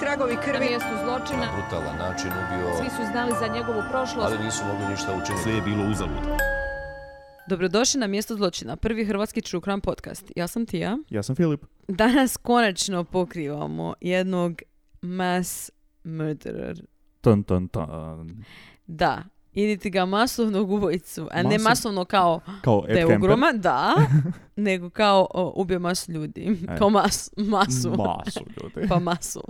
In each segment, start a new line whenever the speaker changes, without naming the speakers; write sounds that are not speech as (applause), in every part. tragovi
Na
krvi.
mjestu zločina
brutalan način
svi
ubio,
su znali za njegovu prošlost.
ali nisu mogli ništa učiniti.
Sve je bilo uzalud.
Dobrodošli na mjesto zločina, prvi hrvatski True Crime podcast. Ja sam Tija.
Ja sam Filip.
Danas konačno pokrivamo jednog mass murderer.
Tan, tan, tan.
Da, idite ga masovnog ubojicu, a ne
Masov-
masovno kao
Kao
da
Ed
je
Kemper.
ogroman,
(laughs)
da, nego kao o, ubio masu ljudi,
E.
kao mas, masu,
(laughs) Masu ljudi.
pa masu.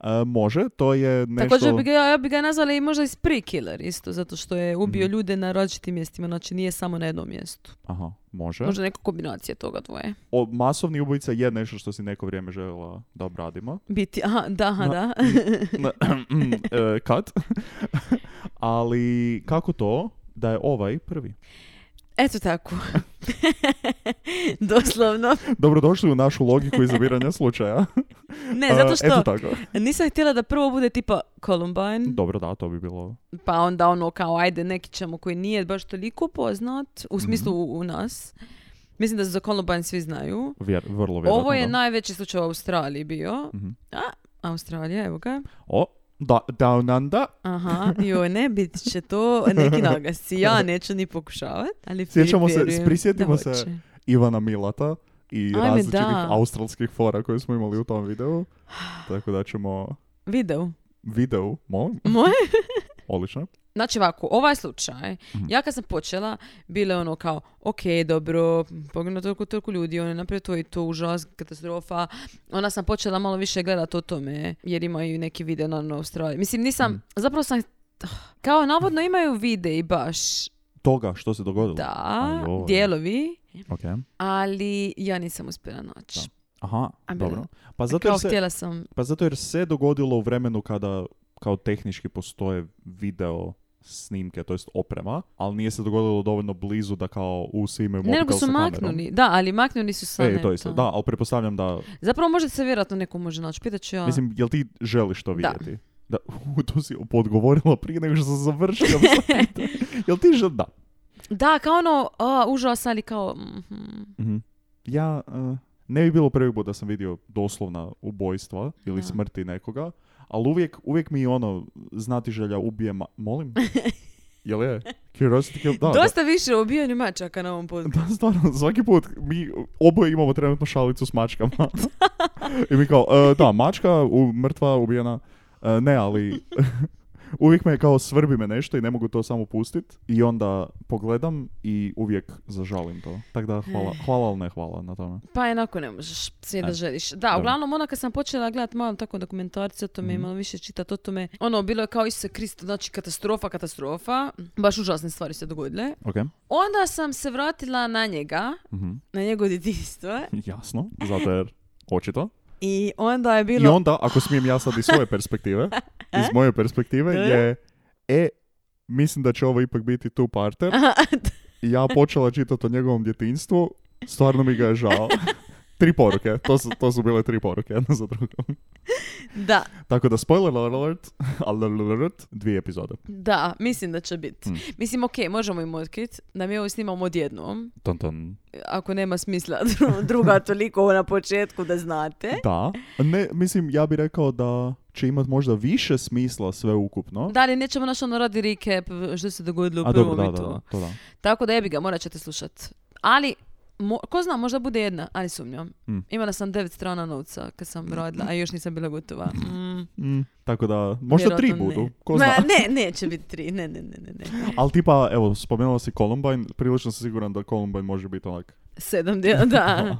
E, može, to je nešto...
Pa. Također bi ga, ja bi ga nazvala i možda i spree killer isto, zato što je
Mhm.
ubio ljude na različitim mjestima, znači nije samo na jednom mjestu.
Aha, može.
Možda neka kombinacija toga dvoje.
O, masovni ubojica je nešto što si neko vrijeme željela da
(laughs)
obradimo.
Biti, aha, da, aha,
Ma-
da.
Na- (clears throat) e, Kad? (laughs) Ali kako to da je ovaj prvi?
Eto tako. (laughs) Doslovno.
Dobrodošli u našu logiku izabiranja slučaja.
(laughs) Ne,
E,
zato
Eto
što
tako.
nisam htjela da prvo bude tipa Columbine,
Dobro, da, to bi bilo...
pa onda ono kao ajde neki ćemo koji nije baš toliko poznat,
Mhm.
u smislu u, u nas. Mislim da za Columbine svi znaju.
Vjer, vrlo vjerojatno.
Ovo je
da.
najveći slučaj u Australiji bio.
Mhm.
A, Australija, evo ga.
O, da, Down Under.
Aha, joj, ne, bit će to neki nagasci. Ja
(laughs)
neću ni pokušavati, ali
Sjećamo se,
vjerujem
prisjetimo
da
se
hoće.
Ivana Milata i
Ajme,
različitih
da.
australskih fora koje smo imali u tom
(sighs)
videu. Tako da ćemo
Video.
video, molim,
Moje?
odlično.
Znači ovako, ovaj slučaj,
Mhm.
ja kad sam počela, bilo je ono kao, ok, dobro, poginulo toliko, toliko ljudi, on je napravio to i to, užas, katastrofa. Onda sam počela malo više gledat o tome, jer imaju neki video na na Australiji. Mislim, nisam,
Mhm.
zapravo sam, kao navodno imaju videi baš,
Toga što se dogodilo.
da,
Ajoj.
dijelovi,
Ok.
ali ja nisam uspjela naći.
Da. Aha,
A bilo.
dobro. Pa zato,
Kao
jer se,
htjela sam,
pa zato jer se dogodilo u vremenu kada kao tehnički postoje video snimke, to jest oprema, ali nije se dogodilo dovoljno blizu da kao u svi imaju
ne
mobitel
nego
sa
su
kamerom.
maknuli, da, ali maknuli su sa
E, to isto. Da, ali pretpostavljam da...
Zapravo možda se vjerojatno neko može naći, pitat ću ja.
Mislim, jel ti želiš to
Da.
vidjeti? Da. u, to si odgovorila prije nego što sam
(laughs)
završila sa pitanjem. Jel ti žel... Da.
Da, kao ono, a, užas, ali kao... mhm.
Mhm. Ja, eh, ne bi bilo prvi put da sam vidio doslovna ubojstva ili
Da.
smrti nekoga, ali uvijek, uvijek mi ono, znati želja ubije ma-
(laughs)
Molim? Jel je? Curiosity kill- da, da.
Dosta više o ubijanju mačaka na ovom podcastu.
Da, stvarno, svaki put mi oboje imamo trenutno šalicu s
(laughs)
mačkama. I mi kao, e, da, mačka, u, mrtva, ubijena. E, ne, ali (laughs) uvijek me kao svrbi me nešto i ne mogu to samo pustit. I onda pogledam i uvijek zažalim to. Tako da hvala, hvala ali ne hvala na tome.
Pa jednako ne možeš sve da
E,
želiš. Da,
dobro.
uglavnom ona kad sam počela gledat malo tako dokumentarce o tome,
Mhm.
malo više čitat o tome, ono bilo je kao Isuse Krista, znači katastrofa, katastrofa. Baš užasne stvari se dogodile.
Ok.
Onda sam se vratila na njega,
Mhm.
na njegovo djetinjstvo
(laughs) Jasno, zato jer očito.
i onda je
I
bilo... E?
onda, ako smijem ja sad iz svoje
(laughs)
perspektive, iz moje perspektive
Dobro.
je, e, mislim da će ovo ipak biti tu parter. I ja počela čitati o njegovom djetinjstvu, stvarno mi ga je žao. tri poruke, to su, to su bile tri poruke, jedna za drugom.
(laughs) Da,
Tako da, spoiler alert, alert, dvije epizode.
da, mislim da će biti.
Mm.
Mislim, ok, možemo im otkrit da mi ovo snimamo odjednom,
Ton, ton.
ako nema smisla (laughs) dru- druga toliko na početku da znate.
Da. Ne, mislim, ja bih rekao da će imat možda više smisla sve ukupno.
Da, ali nećemo naš ono radi recap što se dogodilo u
A dobro,
prvom
da,
i
da,
to.
da, to da.
Tako da jebi ga, morat ćete slušat. Ali, mo- ko zna, možda bude jedna, ali sumnjam.
Mm.
Imala sam devet strana novca kad sam rodila, a još nisam bila gotova. Mm,
Mm, tako da, možda tri
vjerojatno
budu,
ne.
ko zna.
Ma, ne, neće biti tri, ne, ne, ne, ne, ne.
Ali tipa, evo, spomenula si Columbine, prilično sam siguran da Columbine može biti onak,
Sedam
(laughs)
djela, da.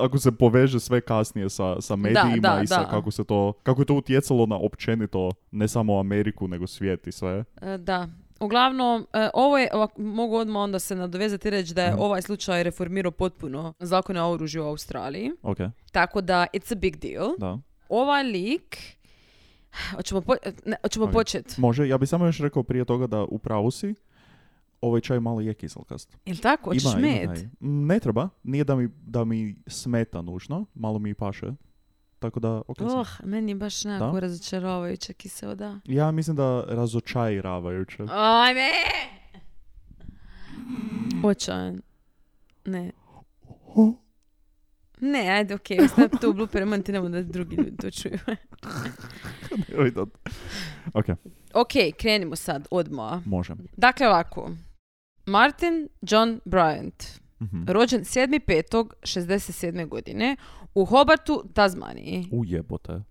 ako se poveže sve kasnije sa, sa medijima
da,
i sa
da.
kako se to, kako je to utjecalo na općenito, ne samo Ameriku, nego svijet i sve.
E, Da. Uglavnom, e, ovo je, ovak- mogu odmah onda se nadovezati i reći da
Mhm.
je ovaj slučaj reformirao potpuno zakone o oružju u Australiji.
Ok,
Tako da, it's a big deal.
da.
Ovaj lik, hoćemo, po, ne, hoćemo
Ok.
početi.
Može, ja bi samo još rekao prije toga da u pravu si, ovaj čaj malo je kiselkast.
Jel tako? Hoćeš
Ima- ima
med?
taj- Mm, Ne treba, nije da mi, da mi smeta nužno, malo mi i paše. Tako da, ok. sam.
Oh, meni je baš nekako razočaravajuća kiseo, da.
Ja mislim da razočajravajuće.
Ajme! Očajan. Ne. Ne, ajde, okej, okay, ostavi to u blooper, man ti nemoj da drugi ljudi to čuju.
Nemoj to. ok,
ok, krenimo sad, odmah.
možem.
Dakle, ovako. Martin John Bryant,
Mhm.
rođen 7.5.67. godine u Hobartu, Tasmaniji.
U jebote.
Dakle-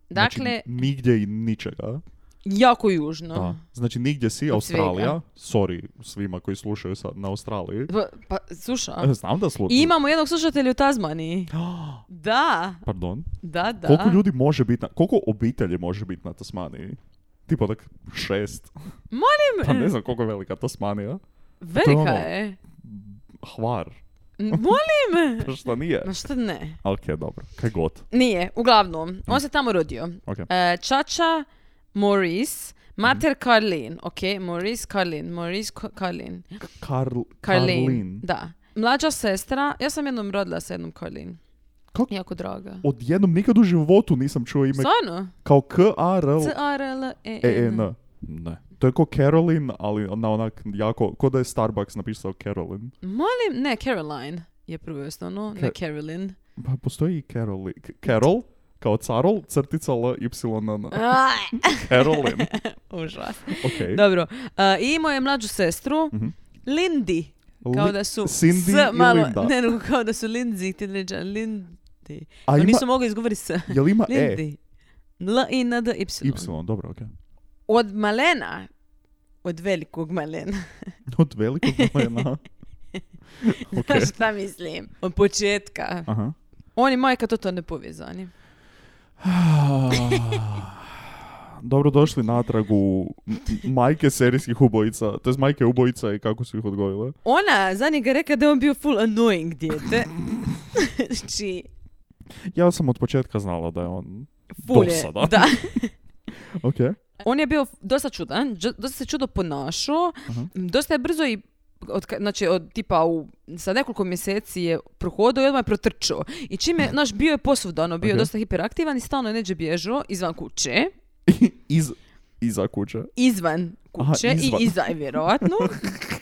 znači, nigdje i ničega.
Jako južno.
Da. Znači nigdje si,
Od
Australija. Sorry svima koji slušaju sad na Australiji.
Pa, pa slušaj.
E, (laughs) Znam da
I
slušaju.
imamo jednog slušatelja u Tasmaniji. Da,
(gasps) Pardon.
da, da.
Koliko ljudi može biti na... Koliko obitelji može biti na Tasmaniji? Tipa tak šest.
Molim,
Pa ne znam koliko je velika Tasmanija. to je
velika
ono.
je.
Hvar.
N- Molim.
Pa Šta
(laughs)
nije?
Ma šta ne?
Ok, dobro. Kaj god.
Nije, uglavnom, on se tamo rodio.
Ok.
E, čača Maurice, mater Carlin, ok, Maurice Carlin, Maurice Ka- Carlin,
Karl...
Carlin,
Karlin.
da. Mlađa sestra, ja sam jednom rodila sa jednom Carlin.
Kako?
Jako draga.
Odjednom nikad u životu nisam čuo ime
Stvarno?
kao K-A-R-L...
C-A-R-L-E-N.
E-N. E Ne. To je ko Caroline, ali na onak jako, ko da je Starbucks napisao Caroline.
Molim, ne, Caroline je prvo i osnovno, ne
Ka- (laughs)
Carolyn.
Pa postoji i Caroli. K- Carol, kao Carol, crtica L, Y, N, N.
(laughs)
Caroline.
Užas.
Ok.
Dobro, e, i imao je mlađu sestru,
Mhm.
Lindy. Kao
Li-
da su
Cindy
s
i
malo,
Linda.
ne, nego kao da su Lindsay, ti ređa, Lindy.
A
Oni
ima,
pa nisu mogli izgovoriti s. (laughs)
jel ima E?
Lindy. L i n d y.
Y, dobro, ok.
Od malena, od velikog malena.
Od velikog malena.
Znaš
ok,
šta mislim? Od početka.
aha.
Oni majka to to ne povezani.
(sighs) Dobrodošli natrag u m- majke serijskih ubojica, to je majke ubojica i kako su ih odgojile.
Ona za njega reka da je on bio full annoying
(laughs)
dijete. znači,
Ja sam od početka znala da je on
full je.
Dosada.
Da.
Ok.
On je bio dosta čudan, dž- dosta se čudo ponašao,
Aha.
dosta je brzo i od, ka- znači, od tipa u, sa nekoliko mjeseci je prohodao i odmah je protrčao. I čime, znaš, bio je posvuda, ono, bio je
Ok.
dosta hiperaktivan i stalno je neđe bježao izvan kuće.
Iz, iza kuće.
Izvan kuće
Aha, izvan.
i iza je vjerojatno.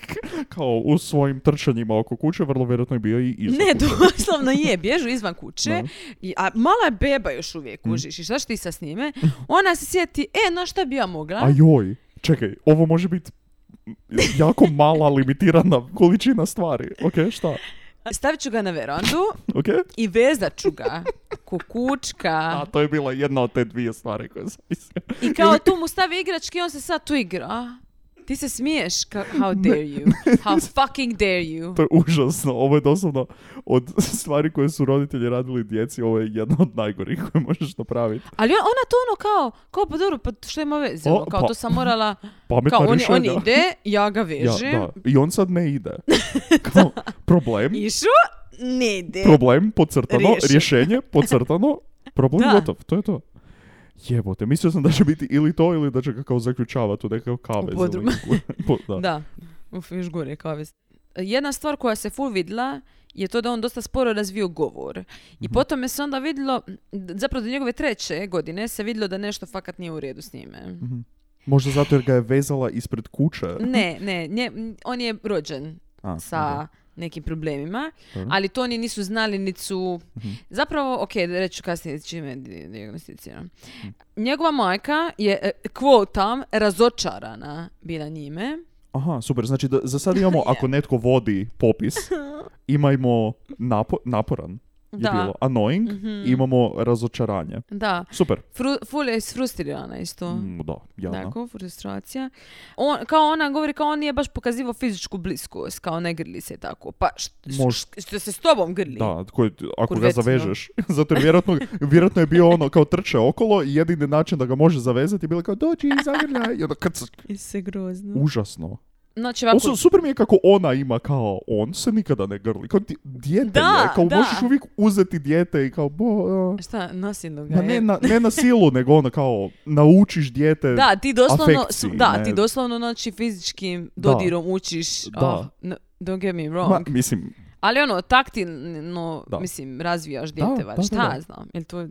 (laughs) Kao u svojim trčanjima oko kuće, vrlo vjerojatno je bio i iza
ne,
kuće.
doslovno je, bježu izvan kuće.
Da. Mm.
I, a mala je beba još uvijek, kužiš. I šta ćeš ti sa s njime? Ona se sjeti, e, no šta bi ja mogla?
A joj, čekaj, ovo može biti jako mala, limitirana količina stvari. Ok, šta?
Stavit ću ga na verandu
Ok?
i vezat ću ga. Kukučka.
A to je bila jedna od te dvije stvari koje sam mislio. (laughs)
I kao tu mu stavi igračke i on se sad tu igra. Ti se smiješ. Ka- how dare
(laughs)
you? How fucking dare you?
To je užasno. Ovo je doslovno od stvari koje su roditelji radili djeci, ovo je jedna od najgorih koje možeš napraviti.
Ali on- ona to ono kao, kao pa dobro, pa što ima veze?
O,
Ono, kao
pa-
to sam morala,
Pametna
kao on, je- on
rješenja.
ide, ja ga
Ja,
vežem.
da. I on sad ne
(laughs)
ide. Kao, problem,
Išu, ne ide.
problem, podcrtano,
Riješen.
rješenje, podcrtano, problem
Da.
gotov. To je to. Jebote, mislio sam da će biti ili to ili da će ga kao zaključavati u nekakav kavez. ili
podrumu.
(laughs) neku- po- da.
Da. Uf, još gore kavez. Jedna stvar koja se full vidla je to da on dosta sporo razvio govor. I
Mhm.
potom je se onda vidjelo, d- zapravo do njegove treće godine se vidjelo da nešto fakat nije u redu s njime.
Možda zato jer ga je vezala ispred kuće.
Ne, ne, nje- m, on je rođen
A,
sa
ok.
nekim problemima,
Dobro. Mhm.
ali to oni nisu znali nit su... Zapravo, ok, da reću kasnije čime je di- diagnosticiran.
Mhm.
Njegova majka je, e, quotam, razočarana bila njime.
Aha, super. Znači, da, za sad imamo, ako netko vodi popis, imajmo napo- naporan. Je
Da.
bilo annoying, imamo razočaranje.
Da,
Super.
Fru, ful je isfrustrirana isto.
Mm, da, jadna.
Tako, frustracija. On, kao ona govori, kao on nije baš pokazivao fizičku bliskost, kao ne grli se tako. Pa š- š-
Možda.
što se s tobom grli?
Da, koji, ako
Kurvecno.
ga zavežeš. (laughs) Zato jer vjerojatno, vjerojatno je bio ono kao trče okolo i jedini način da ga može zavezati je bilo kao dođi i zagrljaj. I onda krc.
Isuse, grozno.
Užasno.
Znači, ovako,
Oso, super mi je kako ona ima kao on se nikada ne grli. Kao di- dijete
Da,
je. Kao
da.
možeš uvijek uzeti dijete i kao bo... a.
šta, nasilno ga
Ma
je.
ne na, ne na silu, (laughs) nego ono kao naučiš dijete.
Da, ti doslovno,
afekciji,
su- da,
ne.
ti doslovno znači fizičkim
Da.
dodirom učiš.
Da.
ah, n- don't get me wrong.
Ma, mislim,
Ali ono, taktilno,
Da.
mislim, razvijaš
Da,
djete, valjda,
da, da,
šta
da.
ja znam. Jel to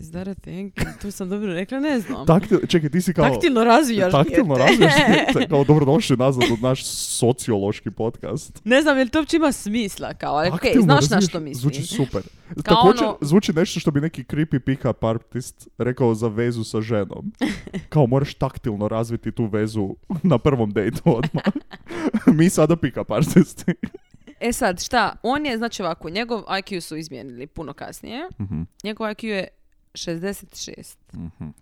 Is that a thing? To sam dobro rekla,
(laughs)
ne znam.
Taktil, čekaj, ti si kao...
Taktilno razvijaš
taktilno
dijete.
razvijaš
(laughs)
dijete. Kao dobrodošli nazad u naš sociološki podcast.
Ne znam, je li to uopće ima smisla? Kao, ali okej,
Taktilno
znaš na
razvijaš-
što mislim.
Pa Zvuči super.
Kao
Također,
ono-
zvuči nešto što bi neki creepy pick-up artist rekao za vezu sa
(laughs)
ženom. Kao moraš taktilno razviti tu vezu na prvom dejtu
(laughs)
odmah. Mi sada pick-up artisti.
E sad, šta? On je, znači ovako, njegov IQ su izmijenili puno kasnije. Njegov IQ je 66.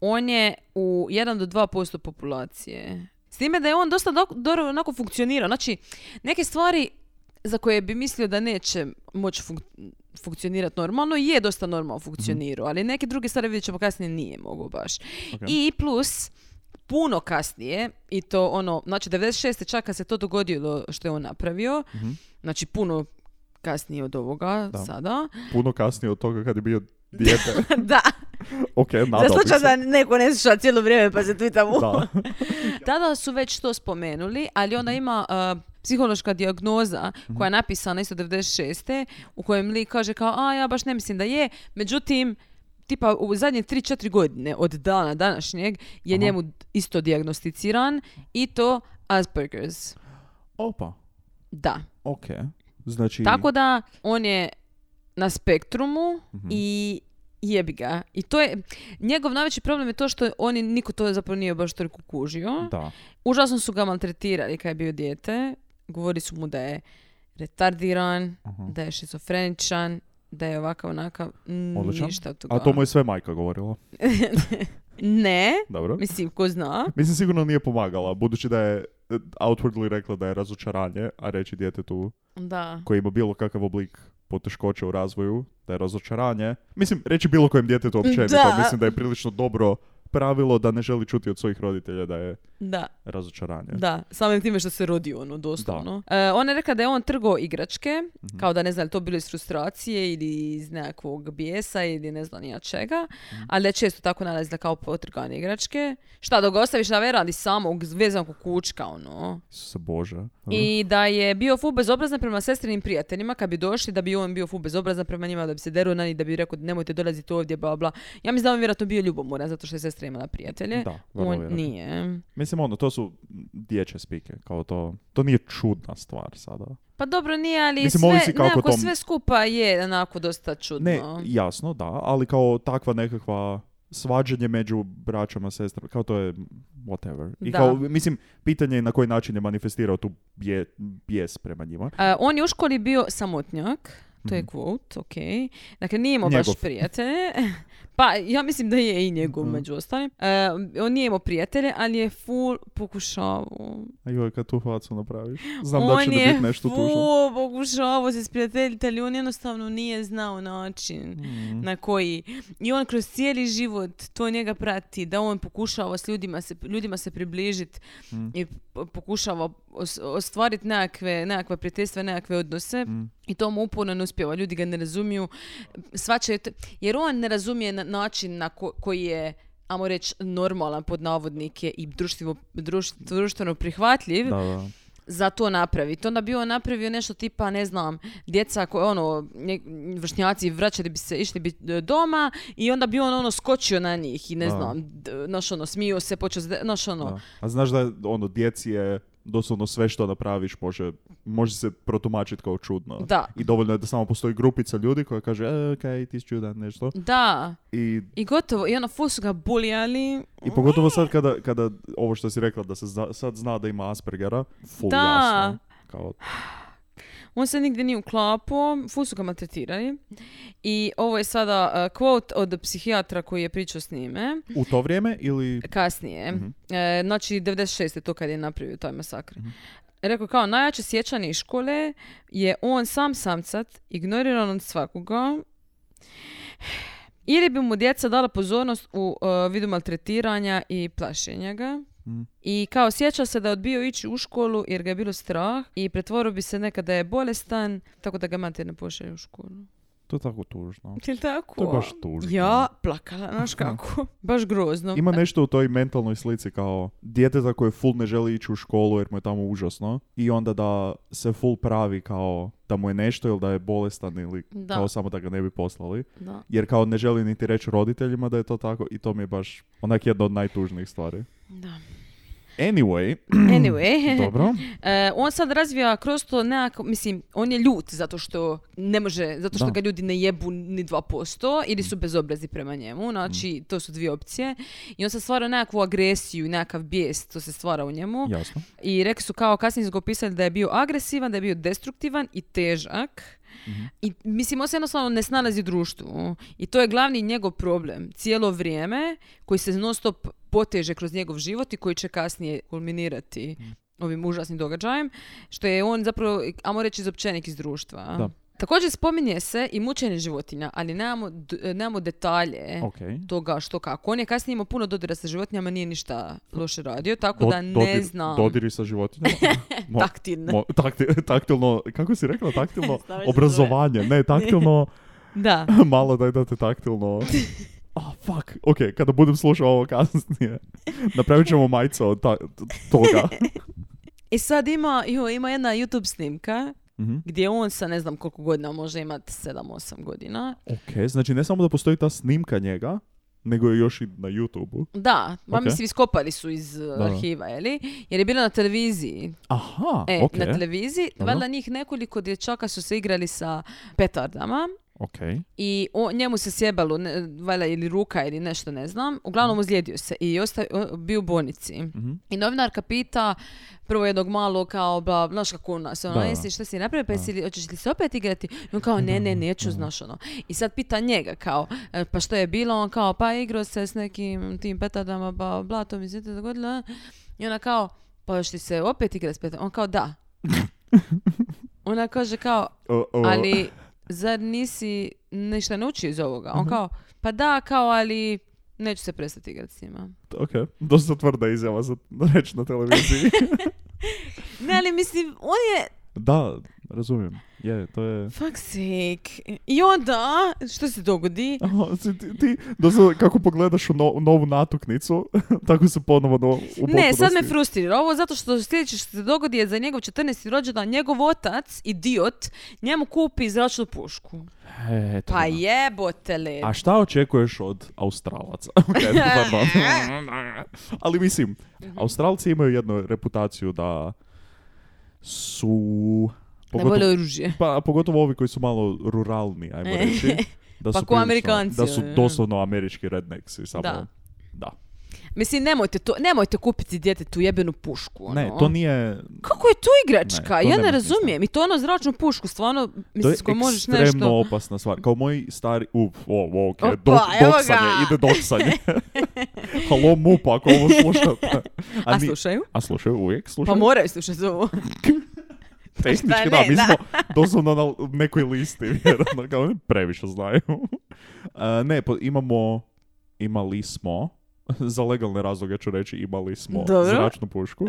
On je u 1 do 2% populacije. S time da je on dosta dok- dobro onako funkcionirao. Znači, neke stvari za koje bi mislio da neće moći funk- funkcionirati normalno, je dosta normalno funkcionirao, ali neke druge stvari vidjet ćemo kasnije nije mogao baš. I plus, puno kasnije, i to ono, znači 96. čak kad se to dogodilo što je on napravio, znači puno kasnije od ovoga
Da.
sada.
Puno kasnije od toga kad je bio dijete.
(laughs) da,
Ok, nadao bi se.
neko ne sluša cijelo vrijeme pa se twita
Da.
Tada su već to spomenuli, ali
Mhm.
onda ima uh, psihološka dijagnoza koja je napisana isto 96. u kojem lik kaže kao, a ja baš ne mislim da je, međutim, tipa u zadnje 3-4 godine od dana današnjeg je
Aha.
njemu isto dijagnosticiran i to Asperger's.
(laughs) Opa,
Da.
ok. Znači...
Tako da on je na spektrumu
Mhm.
i jebi ga. I to je, njegov najveći problem je to što on je- niko to zapravo nije baš toliko kužio.
Da.
Užasno su ga maltretirali kad je bio dijete. Govorili su mu da je retardiran,
Mhm.
da je šizofreničan, da je ovakav onakav, Mm,
Odličan.
ništa od toga.
A to mu je sve majka govorila.
Ne,
Dobro.
mislim, ko zna.
Mislim, sigurno nije pomagala, budući da je e, outwardly rekla da je razočaranje, a reći djetetu
Da.
koji ima bilo kakav oblik poteškoća u razvoju, da je razočaranje. Mislim, reći bilo kojem djetetu općenito,
Da.
mislim da je prilično dobro pravilo da ne želi čuti od svojih roditelja da je
Da.
razočaranje.
Da, samim time što se rodio ono, doslovno. E, ona je rekla da je on trgao igračke,
Mhm.
kao da ne znam je li to bilo iz frustracije ili iz nekakvog bijesa ili ne znam ni ja čega,
Mhm.
ali da je često tako nalazila kao potrgane igračke. Šta, dok ga ostaviš na verandi samog zvezanog kukučka, ono.
Isuse Bože.
I da je bio ful bezobrazan prema sestrinim prijateljima kad bi došli, da bi on bio ful bezobrazan prema njima, da bi se deruo na njih, da bi rekao nemojte dolaziti ovdje, bla bla. Ja mislim da on vjerojatno bio ljubomoran zato što je sestra imala prijatelje.
Da, vrlo
on
vjerojatno.
nije.
Mislim, ono, to su dječje spike, kao to, to nije čudna stvar sada.
Pa dobro nije, ali
Mislim, ovisi
sve,
kako
nekako
tom-
sve skupa je onako dosta čudno.
Ne, jasno, da, ali kao takva nekakva svađanje među braćama, sestrama, kao to je whatever. I
Da.
kao, mislim, pitanje je na koji način je manifestirao tu bje, bijes prema njima.
A, E, on je u školi bio samotnjak, to je quote, ok. Dakle, nije imao
Mhm. Njegov. Mhm.
baš prijatelje. (laughs) Pa, ja mislim da je i njegov, među ostalim. E, on nije imao prijatelje, ali je full pokušavao.
A joj, kad tu facu napraviš, znam da
on
će
je
biti nešto tužno.
full pokušavao se sprijateljiti, ali on jednostavno nije znao način.
Mm.
Na koji. I on kroz cijeli život to njega prati, da on pokušava s ljudima se, ljudima se približiti
Mm.
i p- pokušava os- ostvariti nekakve, nekakve prijateljstva, nekakve odnose.
Mm.
I to mu uporno ne uspjeva. Ljudi ga ne razumiju. Svačaju to- Jer on ne razumije na- način na ko- koji je ajmo reći, normalan pod navodnike i društveno, druš- društveno prihvatljiv
Da, da.
za to napraviti. Onda bi on napravio nešto tipa, ne znam, djeca koje, ono, nje- vršnjaci vraćali bi se, išli bi e, doma i onda bi on, ono, skočio na njih i ne
Da.
znam, d- znaš, ono, smio se, počeo, se- znaš, ono,
da. A znaš da je, ono, djeci je doslovno sve što napraviš može, može se protumačiti kao čudno.
Da.
I dovoljno je da samo postoji grupica ljudi koja kaže, e, okej, ti si čudan, nešto.
da.
I
I gotovo, i ono, ful su ga bulijali.
I pogotovo sad kada, kada ovo što si rekla, da se zna- sad zna da ima Aspergera, full
Da.
jasno. Kao,
On se nigdje nije uklapao, ful su ga maltretirali. I ovo je sada e, quote od psihijatra koji je pričao s njime.
u to vrijeme ili...
kasnije,
Mhm.
e, znači 96. je to kad je napravio taj masakr.
Mhm.
E, Rekao kao, najjače sjećanje iz škole je on sam samcat, ignoriran od svakoga, ili bi mu djeca dala pozornost u e, vidu maltretiranja i plašenja ga.
Mhm.
I kao sjeća se da je odbio ići u školu jer ga je bilo strah i pretvorio bi se nekada je bolestan, tako da ga mater ne pošalje u školu.
To je tako tužno.
Jel tako?
To je baš tužno.
Ja plakala, znaš kako. Baš grozno.
Ima (clears throat) nešto u toj mentalnoj slici kao djeteta koje full ne želi ići u školu jer mu je tamo užasno i onda da se full pravi kao da mu je nešto ili da je bolestan ili
Da.
kao samo da ga ne bi poslali.
Da.
Jer kao ne želi niti reći roditeljima da je to tako i to mi je baš onak jedna od najtužnijih stvari.
Da. (laughs)
Anyway,
Anyway.
dobro.
E, on sad razvija kroz to nekako, mislim, on je ljut zato što ne može, zato što
Da.
ga ljudi ne jebu ni 2% ili su bezobrazi prema njemu, znači to su dvije opcije. I on sad stvara nekakvu agresiju, i nekakav bijes, to se stvara u njemu.
Jasno.
I rekli su kao kasnije su ga opisali da je bio agresivan, da je bio destruktivan i težak.
Mhm.
I mislim, on se jednostavno ne snalazi u društvu. I to je glavni njegov problem. Cijelo vrijeme koji se non stop poteže kroz njegov život i koji će kasnije kulminirati
Mhm.
ovim užasnim događajem, što je on zapravo, amo reći, izopćenik iz društva.
Da.
Također spominje se i mučenje životinja, ali nemamo, d- nemamo detalje
Ok.
toga što kako. On je kasnije imao puno dodira sa životinjama, nije ništa loše radio, tako
Do-
da ne
dodir-
znam.
Dodiri sa životinjama.
(laughs)
Mo-
Taktilne.
mo- takti- (laughs) taktilno, kako si rekla,
(laughs)
taktilno
Stvarno se
obrazovanje. Ne,
(laughs)
taktilno,
Da.
(laughs) malo daj da te
(laughs)
taktilno... Ah, fuck. Ok, kada budem slušao ovo
(laughs)
kasnije, napravit ćemo majicu od ta- t- toga.
I sad ima, jo, ima jedna YouTube snimka
Mhm.
gdje on sa ne znam koliko godina može imati 7-8 godina.
Ok, znači ne samo da postoji ta snimka njega, nego je još i na YouTube-u.
Da, ma
Ok.
mislim iskopali su iz uh,
da.
arhiva, je li? Jer je bilo na televiziji.
Aha,
E,
ok.
na televiziji,
Dobro.
valjda njih nekoliko dječaka su se igrali sa petardama.
ok.
I o, njemu se sjebalo, ne, valjda ili ruka ili nešto, ne znam. Uglavnom
Mhm.
ozlijedio se i osta, o- bio u bolnici. I novinarka pita prvo jednog malo kao, bla, znaš kako nas, ono,
Da. Mhm,
jesi, šta si napravio, pa jesi, li- hoćeš li se opet igrati? I on kao, ne, ne, neću, znaš, ono. I sad pita njega kao, "E, pa što je bilo? On kao, pa igrao se s nekim tim petardama, pa bla, to mi se to dogodilo. eh?" I ona kao, pa hoćeš li se opet igrati s petardama? On kao,
(laughs)
da. ona kaže kao,
O, o,
ali zar nisi ništa naučio iz ovoga?
Mhm.
On kao, pa da, kao, ali neću se prestati igrati s njima.
Ok, dosta tvrda izjava za (laughs) reći na
(laughs)
televiziji.
Ne, ali mislim, on je,
da, razumijem. Je, to je...
fuck sake. I onda, što se dogodi?
Aha, si ti, ti doslovno kako pogledaš u no- u novu natuknicu, (laughs) tako se ponovo no, u
Ne, sad me
potpunosti-
frustrira ovo zato što sljedeće što se dogodi je za njegov 14. rođendan njegov otac, idiot, njemu kupi zračnu pušku.
E, eto
Pa
ga.
jebote le.
A šta očekuješ od Australaca? (laughs) Ok,
(laughs)
pardon. Ali mislim,
Mhm.
Australci imaju jednu reputaciju da su...
Najbolje
Pogotovo,
oružje.
pa, a pogotovo ovi koji su malo ruralni,
(laughs)
ajmo reći. Da
Pa
su
ko
prilično-
Amerikanci,
Da su
ono, ja.
doslovno američki rednecksi, samo...
Da.
Da.
Mislim, nemojte, to, nemojte kupiti djetetu jebenu pušku. Ono.
Ne, to nije...
Kako je to igračka?
Ne, to
ja
nema
ne
smisla.
razumijem. I to ono zračnu pušku, stvarno, mislim, s
to je
kojom možeš
ekstremno
nešto...
opasna stvar. Kao moji stari... Up, o, ok,
Opa,
do,
evo
doksanje,
ga.
ide doksanje.
(laughs)
Halo, MUP, ako ovo slušate.
(laughs) A
ni-
slušaju?
A slušaju, uvijek
Pa
slušaju.
moraju slušati ovo.
Tehnički
Šta
da,
ne,
mi
da. (laughs)
smo doslovno na nekoj listi, vjerojatno, kao oni previše
(laughs)
znaju. E, ne, po- imamo, imali smo, za legalne razloge ću reći imali smo
Dobro.
zračnu pušku.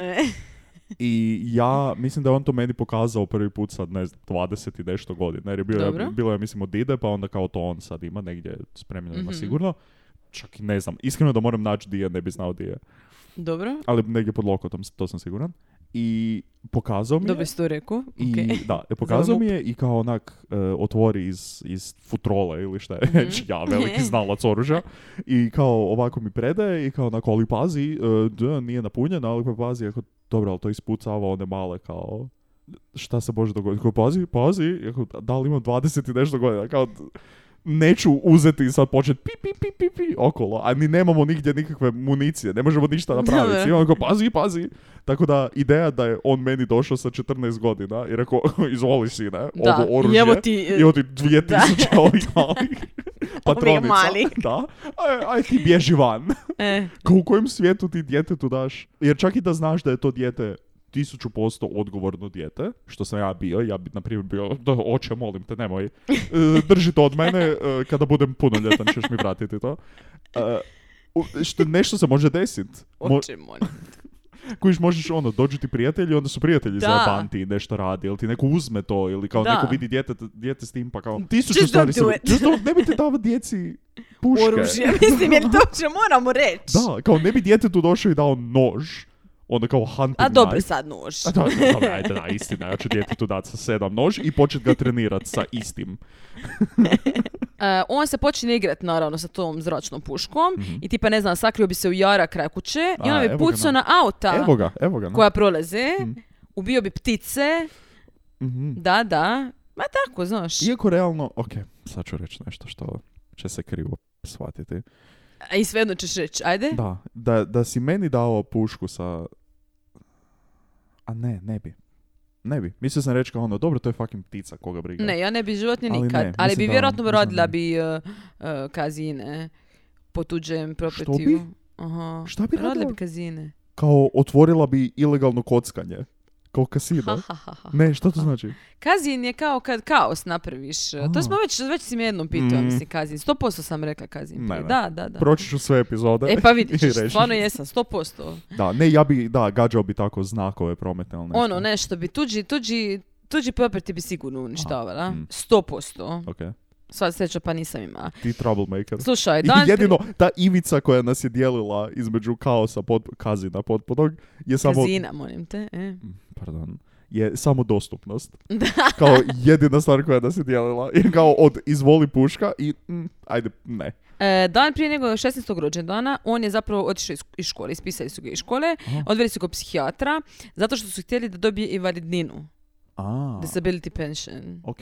I ja mislim da je on to meni pokazao prvi put sad, ne znam, 20 i nešto godina. Jer je bilo,
Dobro.
bilo je, mislim, od Dide, pa onda kao to on sad ima negdje spremljeno
Mhm.
ima sigurno. Čak i ne znam, iskreno da moram naći di je, ne bi znao di je.
(laughs) Dobro.
Ali negdje pod lokotom, to sam siguran. I pokazao mi je.
Dobro si to rekao.
I
Okej.
(laughs) da, e, pokazao
Zovem
mi je i kao onak e, otvori iz, iz futrole ili šta je već, ja veliki znalac oružja i kao ovako mi predaje i kao onako ali pazi, e, da, nije napunjena, ali pa pazi, ako, dobro, ali to ispucava one male kao šta se može dogoditi, kao pazi, pazi, jako, da li imam 20 i nešto godina, kao d- neću uzeti i sad počet pi, pi, pi, pi, pi okolo, a ni nemamo nigdje nikakve municije, ne možemo ništa napraviti.
Dobro.
I on kao, pazi, pazi. Tako da, ideja da je on meni došao sa 14 godina i rekao, (laughs) izvoli sine,
Da.
ovo oružje.
I evo ti, e,
I evo ti
(laughs)
2000 ovih malih patronica.
malih.
(laughs) Da. Aj, aj ti bježi van. (laughs)
E,
Kao u kojem svijetu ti djetetu daš? Jer čak i da znaš da je to dijete tisuću posto odgovorno dijete, što sam ja bio, ja bi na primjer bio, da, oče, molim te, nemoj, E, drži to od mene, e, kada budem punoljetan ćeš mi vratiti to. E, u- što, nešto se može desiti. Mo-
oče moj.
Kojiš možeš ono, dođu ti prijatelji, onda su prijatelji
Da.
zajebanti i nešto radi, ili ti neko uzme to, ili kao
Da.
neko vidi dijete, dijete s tim pa kao tisuću
Just
stvari
don't
se-
do it.
Just don't- nemojte davati djeci puške.
Oružje, (laughs) mislim, jer to uopće moramo reći.
Da, kao ne bi djetetu došao i dao nož, onda kao hunting
A dobro
knife.
sad nož.
A da, da, dobra, ajde, da, istina, ja ću djetetu dati sa sedam nož i počet ga trenirat sa istim.
E, on se počinje igrat naravno sa tom zračnom puškom i tipa ne znam, sakrio bi se u jara kraj kuće i
Mhm. A,
ona
evo
bi
ga,
pucao
na.
na auta
Evo ga, Mhm. evo ga. na.
koja proleze, ubio bi ptice,
Mhm.
da, da, ma tako, znaš.
Iako realno, ok, sad ću reći nešto što će se krivo shvatiti.
A I svejedno ćeš reći, ajde.
Da, da, da si meni dao pušku sa... A ne, ne bi. Ne bi. Mislio sam reći kao ono, dobro, to je fucking ptica, koga briga.
Ne, ja ne bi životinje
Ali
nikad,
ne,
ali
mislim
bi
da-
vjerojatno
mislim da
radila
ne.
bi e, e, kazine po tuđem propetivu.
bi?
Aha.
Šta bi
Radila
radila?
bi kazine.
Kao otvorila bi ilegalno kockanje. Kao
Ha,
kasino.
ha, ha, ha.
ne, što to znači?
Kazin je kao kad kaos napraviš. To
A.
smo već, već si mi jednom pitao, ja
Mm.
mislim, Kazin. 100% sam rekla Kazin.
Ne,
prije.
ne.
Da, da, da.
Proći ću sve epizode.
E pa vidiš,
(laughs) i reći.
stvarno jesam, 100%.
Da, ne, ja bi, da, gađao bi tako znakove prometne. ili nešto.
Ono, nešto bi, tuđi, tuđi, tuđi property bi sigurno uništavala.
mm.
100%.
Ok,
Sva sreća pa nisam imala.
ti troublemaker.
Slušaj,
I
dan...
jedino ta ivica koja nas je dijelila između kaosa pod, kazina potpunog je samo
Kazina, molim te. E.
pardon, je samo dostupnost.
(laughs) Da.
Kao jedina stvar koja nas je dijelila. I kao od izvoli puška i mm, ajde, ne.
E, dan prije njegovog 16. rođendana, on je zapravo otišao iz, iz škole, ispisali su ga iz škole,
Aha.
odveli su ga psihijatra, zato što su htjeli da dobije invalidninu,
A,
disability pension.
ok.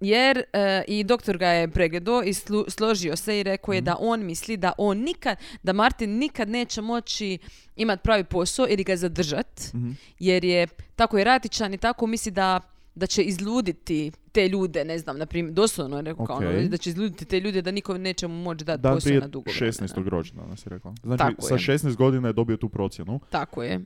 Jer e, i doktor ga je pregledao i slu- složio se i rekao
Mhm.
je da on misli da on nikad, da Martin nikad neće moći imat pravi posao ili ga zadržat,
Mhm.
jer je tako eratičan i tako misli da da će izluditi te ljude, ne znam, na primjer, doslovno je rekao, kao ono,
Okej.
da će izluditi te ljude da niko neće mu moći dati
Dan
posao
prije
na dugo
16.
vremena.
rođena nas je rekla. Znači,
Tako
sa
je.
16 godina je dobio tu procjenu.
Tako je.
E,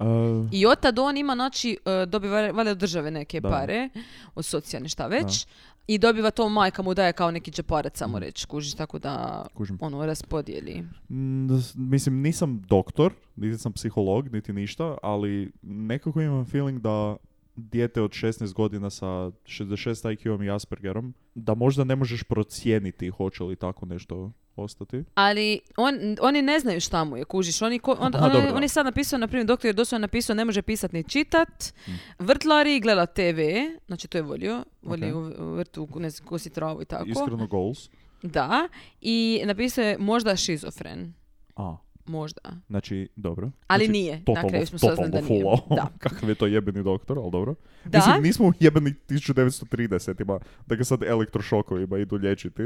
I otad on ima, znači, e, dobiva valjda od države neke
Da.
pare, od socijalne šta već, i dobiva to majka mu daje kao neki džeparac, samo reći, kužiš, tako da
Mhm. kužim.
ono raspodijeli.
Mm, da s- mislim, nisam doktor, niti sam psiholog, niti ništa, ali nekako imam feeling da dijete od 16 godina sa 66 IQ-om i Aspergerom, da možda ne možeš procijeniti hoće li tako nešto ostati.
Ali on, oni ne znaju šta mu je, kužiš. Oni, ko, on,
Aha,
on-
dobro, da.
on je sad napisao, na primjer, doktor je doslovno napisao ne može pisat ni čitat, vrtlari, gleda TV, znači to je volio, voli
Mhm. Ok.
u- u vrtu, ne znam, kosi travu i tako.
Iskreno goals.
Da, i napisao je možda šizofren,
A,
možda.
znači, dobro.
Ali
Znači,
nije, na
Totalno,
kraju smo saznali
totalno
da nije.
fulao.
Da.
(laughs) Kakav je to jebeni doktor, ali dobro.
Da.
Mislim, nismo u jebeni 1930-ima, da ga sad elektrošokovima idu liječiti,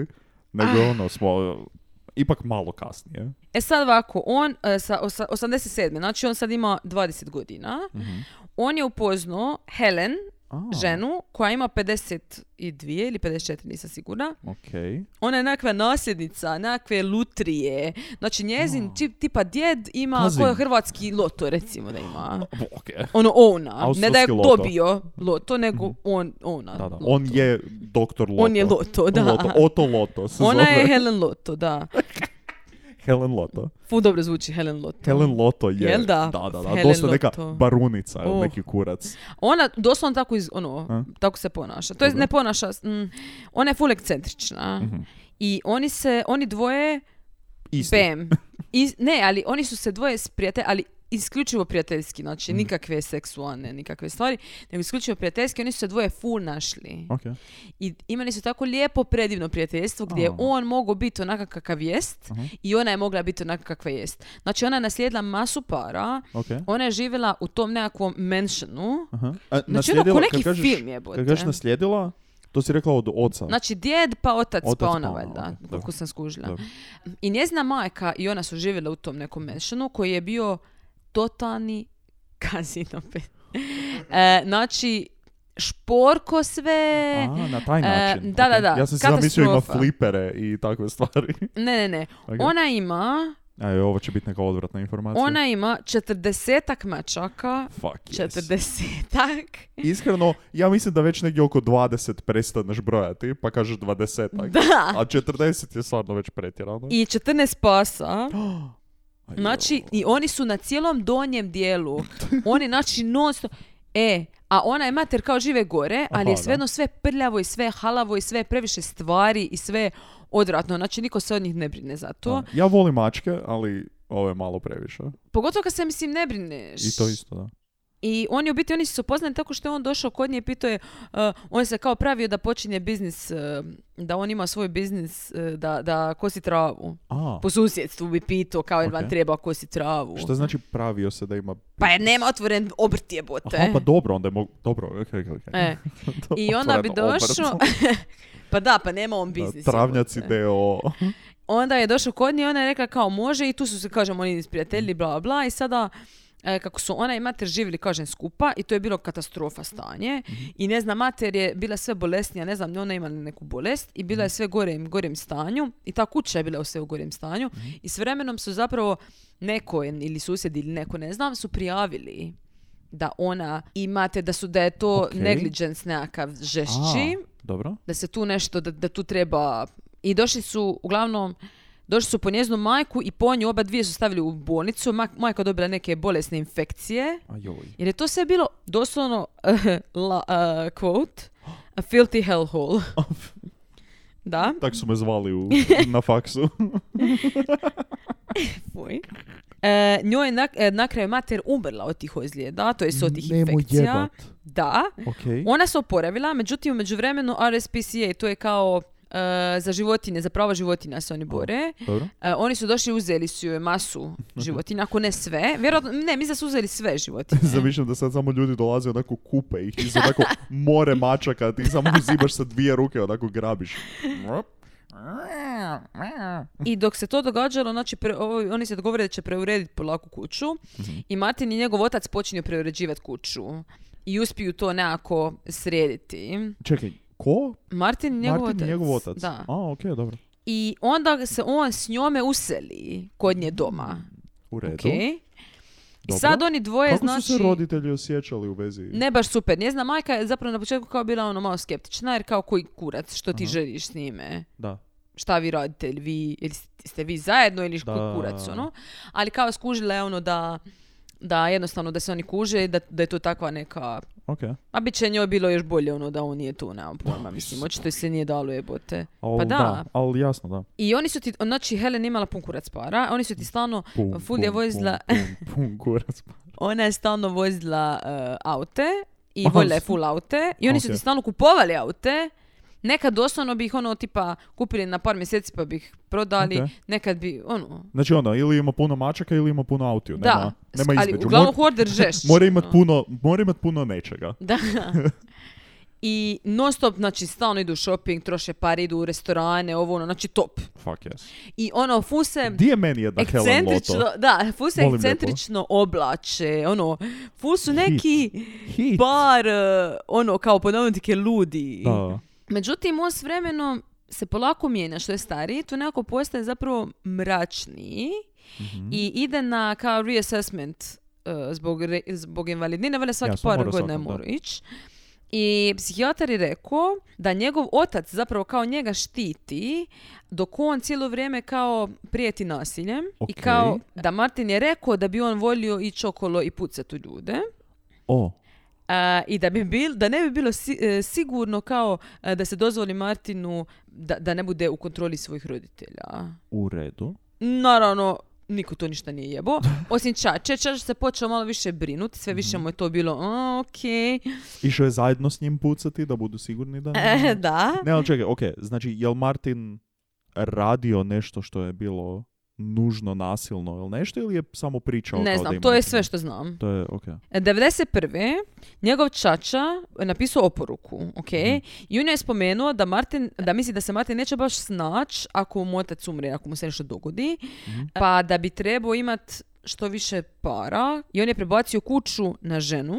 nego
Ah.
ono, smo e, ipak malo kasnije.
E sad ovako, on e, sa osa- 87. Znači on sad ima 20 godina.
Mhm.
On je upoznao Helen,
A,
ženu, koja ima 52 ili 54, nisam sigurna.
okej.
Ona je nekakva nasljednica, nekakve lutrije. Znači njezin čip, tipa djed ima
Kazin.
koji hrvatski loto recimo da ima.
Okay.
Ono ona. Ne da je
Austrijski loto. Mhm.
dobio loto, nego on, ona.
Da, da.
loto.
On je doktor Loto.
On je Loto, da.
Loto. Oto Loto se
Ona
zove.
je Helen Loto, da.
Helen Loto.
Fu dobro zvuči Helen Loto.
Helen Loto je...
Jel da?
Da, da, da.
Helen
dosta neka
Loto.
barunica ili
Oh.
neki kurac.
Ona doslovno tako iz, ono,
A?
tako se ponaša. To je ne ponaša, mm, ona je full ekscentrična.
Mhm.
I oni se, oni dvoje,
Isti. (laughs)
bam. Iz- ne, ali oni su se dvoje sprijatelji, ali isključivo prijateljski, znači
Mhm.
nikakve seksualne, nikakve stvari, nego isključivo prijateljski, oni su se dvoje full našli.
Okej.
I imali su tako lijepo, predivno prijateljstvo gdje je
A.
on mogao biti onakav kakav jest
Aha.
i ona je mogla biti onakva kakva jest. Znači ona je naslijedila masu para,
Okej.
ona je živjela u tom nekakvom mansionu,
Aha. A,
Znači ono ko
naslijedila-
neki
kad kažeš-
film jebote. ono.
Kad kažeš naslijedila, to si rekla od oca.
Znači djed pa otac,
Otac
pa
pa
ona
ona,
valjda,
ok,
koliko
dobro.
sam skužila.
Dobro.
I njezina majka i ona su živjela u tom nekom mansionu koji je bio totalni (laughs) kazino pet. E, znači, šporko sve,
A, na taj
e,
način.
da, da,
ok.
da,
Ja sam si mislio ima
katastrofa.
flipere i takve
(laughs)
stvari.
ne, ne, ne.
Ok.
Ona ima,
Aj, ovo će biti neka odvratna informacija.
ona ima četrdesetak mačaka,
Fuck yes.
(laughs) četrdesetak,
Iskreno, ja mislim da već negdje oko 20 prestaneš brojati, pa kažeš 20
da,
A 40 je stvarno već pretjerano.
i 14 pasa.
Ajo.
Znači, i oni su na cijelom donjem
(laughs)
dijelu. Oni, znači, non stop- E, a ona je mater kao žive gore, ali
Aha, da.
je svejedno sve prljavo i sve halavo i sve previše stvari i sve odvratno. Znači, niko se od njih ne brine za to.
Da. Ja volim mačke, ali ovo je malo previše.
Pogotovo kad se, mislim, ne brineš.
I to isto, da.
I oni u biti oni su se upoznali tako što je on došao kod nje i pitao je, uh, on se kao pravio da počinje biznis, uh, da on ima svoj biznis, uh, da, da kosi travu.
A,
Po susjedstvu bi pitao kao jel vam
Ok.
treba kosi travu.
što znači pravio se da ima...
Pa jer nema otvoren obrt jebote.
Aha, pa dobro, onda je mogu... Dobro, okej, okej, okej.
E,
(laughs)
I onda bi
Otvoreno obrt. (laughs)
došao... (laughs) pa da, pa nema on biznis.
Da, Travnjaci
jebote.
deo.
Onda je došao kod nje i ona je rekla kao može i tu su se, kažem, oni isprijateljili, bla, bla, i sada e, kako su ona i mater živjeli, kažem, skupa i to je bilo katastrofa stanje
Mhm.
i ne znam, mater je bila sve bolesnija, ne znam, ona ima neku bolest i
Mhm.
bila je sve gorem, gorem stanju i ta kuća je bila u sve u gorem stanju
Mhm.
i s vremenom su zapravo neko je, ili susjed ili neko, ne znam, su prijavili da ona imate da su da je to
Ok.
negligence nekakav žešći
A, Dobro.
da se tu nešto, da, da tu treba... I došli su, uglavnom, došli su po njeznu majku i po nju oba dvije su stavili u bolnicu. Ma- majka dobila neke bolesne infekcije.
Ajoj.
Jer je to sve bilo doslovno, (laughs) eh, la, eh, quote, a filthy hellhole. da,
Tak su me zvali u, (laughs) na faksu.
fuj. E, njoj je na, e, na kraju mater umrla od tih ozljeda, to jest od tih
Nemoj
infekcija.
jebat.
Da.
Okej.
Ona se oporavila, međutim, u međuvremenu RSPCA, to je kao e, za životinje, za prava životinja se oni bore.
Dobro.
E, oni su došli i uzeli su joj masu životinja, ako ne sve. Vjerojatno, ne, mislim da su uzeli sve
(laughs)
životinje.
(laughs) Zamišljam da sad samo ljudi dolaze onako kupe ih i onako more mačaka, ti (laughs) samo uzimaš sa dvije ruke onako grabiš.
I dok se to događalo, znači, pre- ovo- oni se dogovore da će preurediti polako kuću
Mhm.
i Martin i njegov otac počinju preuređivati kuću i uspiju to nekako srediti.
Čekaj, ko?
Martin i njegov
Martin
otac.
i njegov otac.
Da.
A, okej, dobro.
I onda se on s njome useli kod nje doma.
U redu.
okej? I
Dobro.
sad oni dvoje,
Kako
znači...
su se roditelji osjećali u vezi?
Ne baš super. Njezina majka je zapravo na početku kao bila ono malo skeptična jer kao koji kurac, što ti
Aha.
želiš s njime?
Da.
Šta vi radite? Ili vi, ili ste vi zajedno ili koji
Da.
kurac ono? Ali kao skužila je ono da, da jednostavno da se oni kuže i da, da je to takva neka...
Okej.
A bit će njoj bilo još bolje ono da on nije tu, nemam pojma, mislim, očito se nije dalo jebote.
Al,
Pa da.
ali jasno da.
I oni su ti, znači Helen je imala pun kurac para, oni su ti stalno,
Pum,
Ful je
pum,
vozila-
pum, pum, pum, kurac.
ona je stalno vozila eh, aute i
Aha,
voljela je
s-
full aute i oni su
Ok.
ti stalno kupovali aute. Nekad doslovno bi ih ono tipa kupili na par mjeseci pa bi ih prodali,
Ok.
nekad bi ono...
Znači ono, ili ima puno mačaka ili ima puno autiju.
Da,
Nema, nema
ali
između.
uglavnom
Mor- (laughs)
hoarder žeš.
mora imat
ono.
puno, mora imat puno nečega.
Da. I non stop, znači stalno idu u shopping, troše pare, idu u restorane, ovo ono, znači top.
Fuck yes.
I ono, fuse...
Di je meni jedna Helen
Ekscentrično,
Loto?
da, ful se
Molim lijepo.
ekscentrično oblače, ono, ful su neki
Hit.
bar, eh, ono, kao ponovnike ludi.
Da.
Međutim, on s vremenom se polako mijenja što je stariji, to nekako postaje zapravo mračniji
Mhm.
i ide na kao reassessment eh, zbog, re- zbog invalidnine, vele svaki
Jasno,
par
mora
godina je
svakom, da.
morao ići. I psihijatar je rekao da njegov otac zapravo kao njega štiti dok on cijelo vrijeme kao prijeti nasiljem i
Okej.
kao da Martin je rekao da bi on volio ići okolo i pucati u ljude.
O,
A, I da, bi bil, da ne bi bilo si- e, sigurno kao e, da se dozvoli Martinu da, da ne bude u kontroli svojih roditelja.
u redu.
Naravno, niko to ništa nije
(laughs)
jebo. Osim Čače, Čače se počeo malo više brinuti, sve
Mhm.
više mu je to bilo, "A, okej,
Išao je zajedno s njim pucati da budu
(laughs)
sigurni da...
E, da.
Ne, ali čekaj, ok, znači, jel Martin radio nešto što je bilo nužno nasilno ili nešto ili je samo pričao
Ne
kao da
znam,
ima
to je
neki-
sve što znam.
To je, ok.
91. njegov čača je napisao oporuku, ok? I on je spomenuo da, Martin, da misli da se Martin neće baš snać ako mu otac umre, ako mu se nešto dogodi, pa da bi trebao imat što više para i on je prebacio kuću na ženu,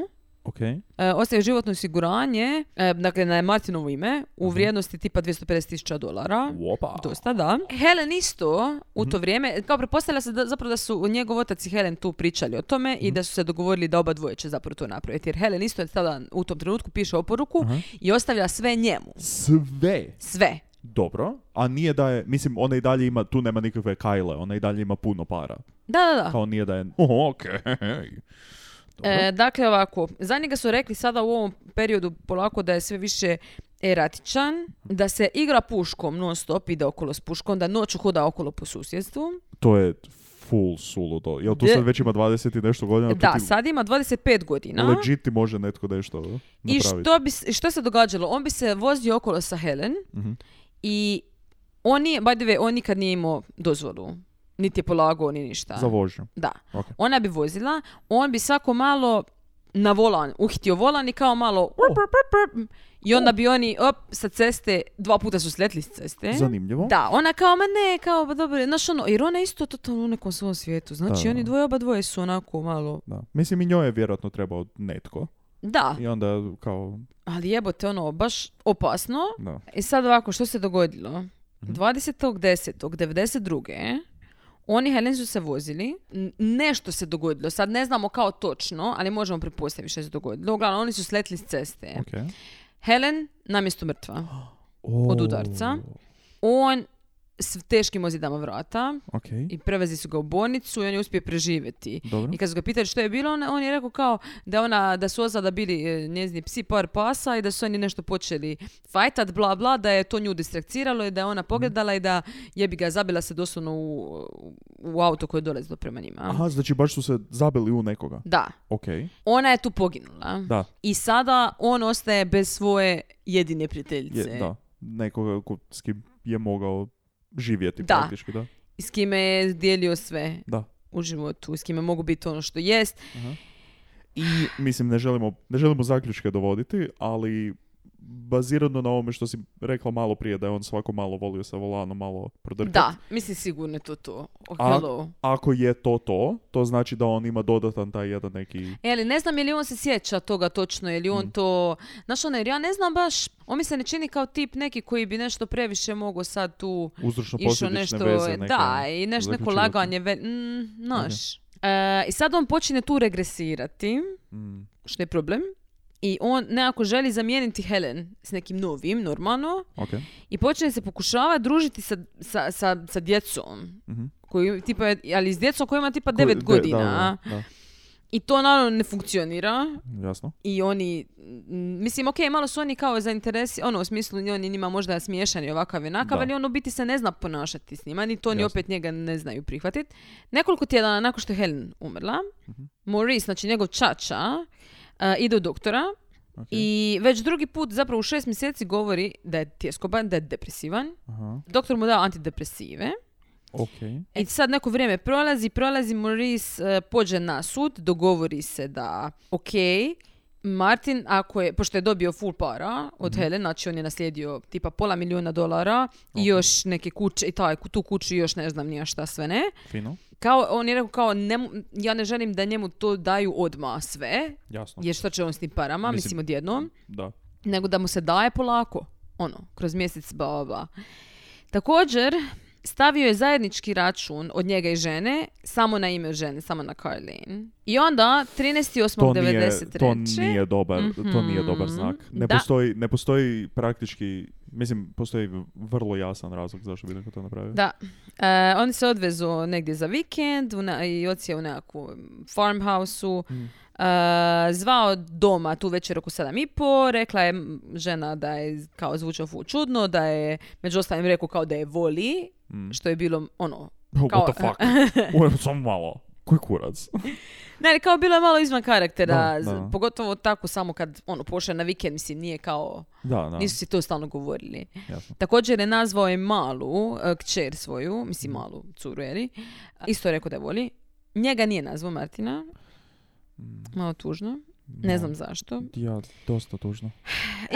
Ok,
e, ostaje životno osiguranje, e, dakle na Martinovo ime, u vrijednosti tipa 250 tisuća dolara.
Opa.
Dosta, da. Helen isto u
Mhm.
to vrijeme, kao pretpostavlja se da, zapravo da su njegov otac i Helen tu pričali o tome i
Mhm.
da su se dogovorili da oba dvoje će zapravo to napraviti. Jer Helen
Mhm.
isto je tada u tom trenutku piše oporuku
Aha.
i ostavlja sve njemu.
Sve.
Sve.
Dobro, a nije da je, mislim, ona i dalje ima, tu nema nikakve kajle, ona i dalje ima puno para.
Da, da, da.
Kao nije da je, "Oho, okej, hej." Dobro.
E, dakle, ovako, za njega su rekli sada u ovom periodu polako da je sve više eratičan, da se igra puškom non stop, ide okolo s puškom, da noću hoda okolo po susjedstvu.
To je full suludo. Jel tu
De-
sad već ima 20 i nešto godina? tu
Da,
ti
sad ima 25 godina.
Legit ti može netko nešto e, napraviti.
I što, bi, s- što se događalo? On bi se vozio okolo sa Helen
Mhm.
i on nije, by the way, on nikad nije imao dozvolu. Niti je polagao, ni ništa.
Za vožnju.
Da.
Ok.
Ona bi vozila, on bi svako malo na volan, uhitio volan i kao malo
Oh.
urp, urp, urp, urp. i onda bi oni op, sa ceste, dva puta su sletli s ceste.
Zanimljivo.
E? Da, ona kao, ma ne, kao, ba dobro, znaš ono, jer ona je isto totalno u nekom svom svijetu, znači
Da.
oni dvoje, oba dvoje su onako malo,
Da. Mislim i njoj je vjerojatno trebao netko.
da,
I onda kao,
ali jebote, ono, baš opasno.
da.
I E sad ovako, što se dogodilo? 20.10.92. Oni i Helen su se vozili, N- nešto se dogodilo, sad ne znamo kao točno, ali možemo pretpostaviti što se dogodilo. Uglavnom, oni su sletli s ceste.
Ok.
Helen namjesto mrtva. Od udarca. On s teškim ozidama vrata
Ok.
i prevezi su ga u bolnicu i on je uspio preživjeti.
Dobro.
I kad su ga pitali što je bilo, on, on je rekao kao da, ona, da su ozada bili e, njezini psi par pasa i da su oni nešto počeli fajtat, bla bla, da je to nju distrakciralo i da je ona
Mhm.
pogledala i da je bi ga zabila se doslovno u, u auto koje je dolazilo prema njima.
Aha, znači baš su se zabili u nekoga.
Da,
Ok.
ona je tu poginula.
Da.
I sada on ostaje bez svoje jedine
Je,
prijateljice.
da. Nekoga ko, s kim je mogao živjeti
Da.
praktički, da.
I S kime je dijelio sve
Da.
u životu, s kime mogu biti ono što jest.
I mislim, ne želimo, ne želimo zaključke dovoditi, ali bazirano na ovome što si rekla malo prije, da je on svako malo volio sa volanom malo prodrkati.
Da, mislim sigurno je to to. Oh,
A-
hello.
Ako je to to, to znači da on ima dodatan taj jedan neki...
E, ali ne znam je li on se sjeća toga točno, je li
Mm.
on to... Znaš ono, jer ja ne znam baš, on mi se ne čini kao tip neki koji bi nešto previše mogao sad tu
uzročno
išao
posljedične
nešto...
veze. Neke,
da, i nešto neko
zaključivati.
laganje, ve... mm, znaš. E, I sad on počine tu regresirati,
Mm,
što je problem. I on nekako želi zamijeniti Helen s nekim novim, normalno.
ok.
I počne se pokušava družiti sa, sa, sa, sa djecom.
Mhm.
Koju, tipa, ali s djecom koja ima tipa
Koji-
9
de-
godina.
Da, da,
I to naravno ne funkcionira.
da, jasno.
i oni, m, mislim, ok, malo su oni kao zainteresi, ono, u smislu oni njima možda smiješani ovakav i onakav,
Da.
ali on u biti se ne zna ponašati s njima, ni to ni
Jasno.
opet njega ne znaju prihvatiti. Nekoliko tjedana nakon što je Helen umrla,
Mhm.
Maurice, znači njegov čača, a, ide u doktora
Ok.
i već drugi put, zapravo u šest mjeseci govori da je tjeskoban, da je depresivan.
Aha.
Doktor mu dao antidepresive.
Ok.
I sad neko vrijeme prolazi, prolazi, Maurice e, pođe na sud, dogovori se da, ok, Martin, ako je, pošto je dobio full para od Helen, znači on je naslijedio tipa pola milijuna dolara i još neke kuće, i taj, tu kuću i još ne znam nija šta sve ne.
Fino.
Kao, on je rekao kao, "Nemu- ja ne želim da njemu to daju odma sve,
Jasno.
jer šta će on s tim parama,
Mislim-
mislim, odjednom,
Da.
nego da mu se daje polako, ono, kroz mjesec, bla, bla, bla. Također, stavio je zajednički račun od njega i žene, samo na ime žene, samo na Carlene. I onda,
To nije, to
13.8.93.
nije dobar, to nije dobar znak. Ne
Mhm. Da.
postoji, ne postoji praktički, mislim, postoji vrlo jasan razlog zašto bi neko to napravio.
Da. E, on se odvezu negdje za vikend u na- i odsje u nekakvu farmhouse-u.
Mm.
E, zvao doma tu večer oko sedam i po. Rekla je m, žena da je kao zvučao fu čudno, da je među ostalim rekao kao da je voli, što je bilo ono,
Mm. Oh, What
Kao-
the fuck?
(laughs)
Ujem, samo malo. Koji kurac?
Ne, ali kao bilo je malo izvan karaktera,
Da,
z-
da.
pogotovo tako samo kad ono pošle na vikend, mislim nije kao,
Da, da,
nisu si to stalno govorili.
jasno.
Također je nazvao je malu, e, kćer svoju,
Mm.
mislim malu curu, jeli? Isto je rekao da je voli. Njega nije nazvao Martina, malo tužno. Ne znam zašto.
Mm, Ja, dosta tužno.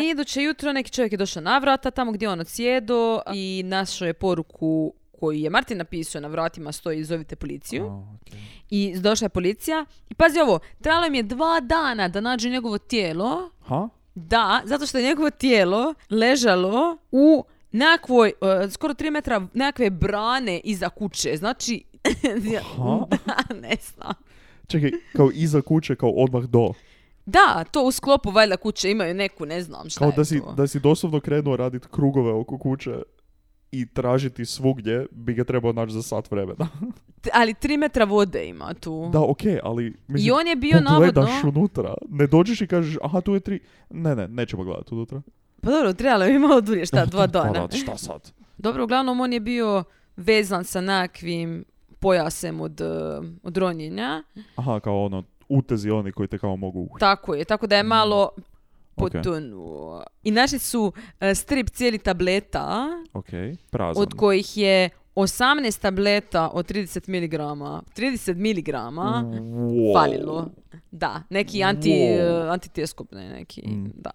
I iduće jutro neki čovjek je došao na vrata, tamo gdje je on odsjedo i našao je poruku koju je Martin napisao na vratima stoji zovite policiju.
A, okej.
I došla je policija. I pazi ovo, trebalo im je dva dana da nađu njegovo tijelo.
Ha?
Da, zato što je njegovo tijelo ležalo u nekakvoj, e, skoro 3 metra nekakve brane iza kuće. Znači, ja-
Aha.
(laughs) da, ne znam.
Čekaj, kao iza kuće, kao odmah do.
Da, to u sklopu valjda kuće imaju neku, ne znam šta
Kao
je
da si,
to.
da si doslovno krenuo radit krugove oko kuće i tražiti svugdje bi ga trebao naći za sat vremena.
T- Ali tri metra vode ima tu.
Da, okej, ali... Mislim,
I on je bio
pogledaš
navodno...
unutra. Ne dođeš i kažeš, aha, tu je tri... Ne, ne, nećemo gledati unutra.
Pa dobro, trebalo je malo dulje, šta,
(laughs)
dva
Pa
dana.
da, šta sad?
Dobro, uglavnom on je bio vezan sa nekakvim pojasem od, eh, od ronjenja.
Aha, kao ono, utezi oni koji te kao mogu...
Tako je, tako da je malo
Ok,
potonuo. I našli su eh, strip cijeli tableta,
ok, prazan.
od kojih je 18 tableta od 30 mg. 30 mg
Mm. Wow.
falilo. Da, neki anti,
Wow.
eh, antitjeskopne neki,
Mm.
da.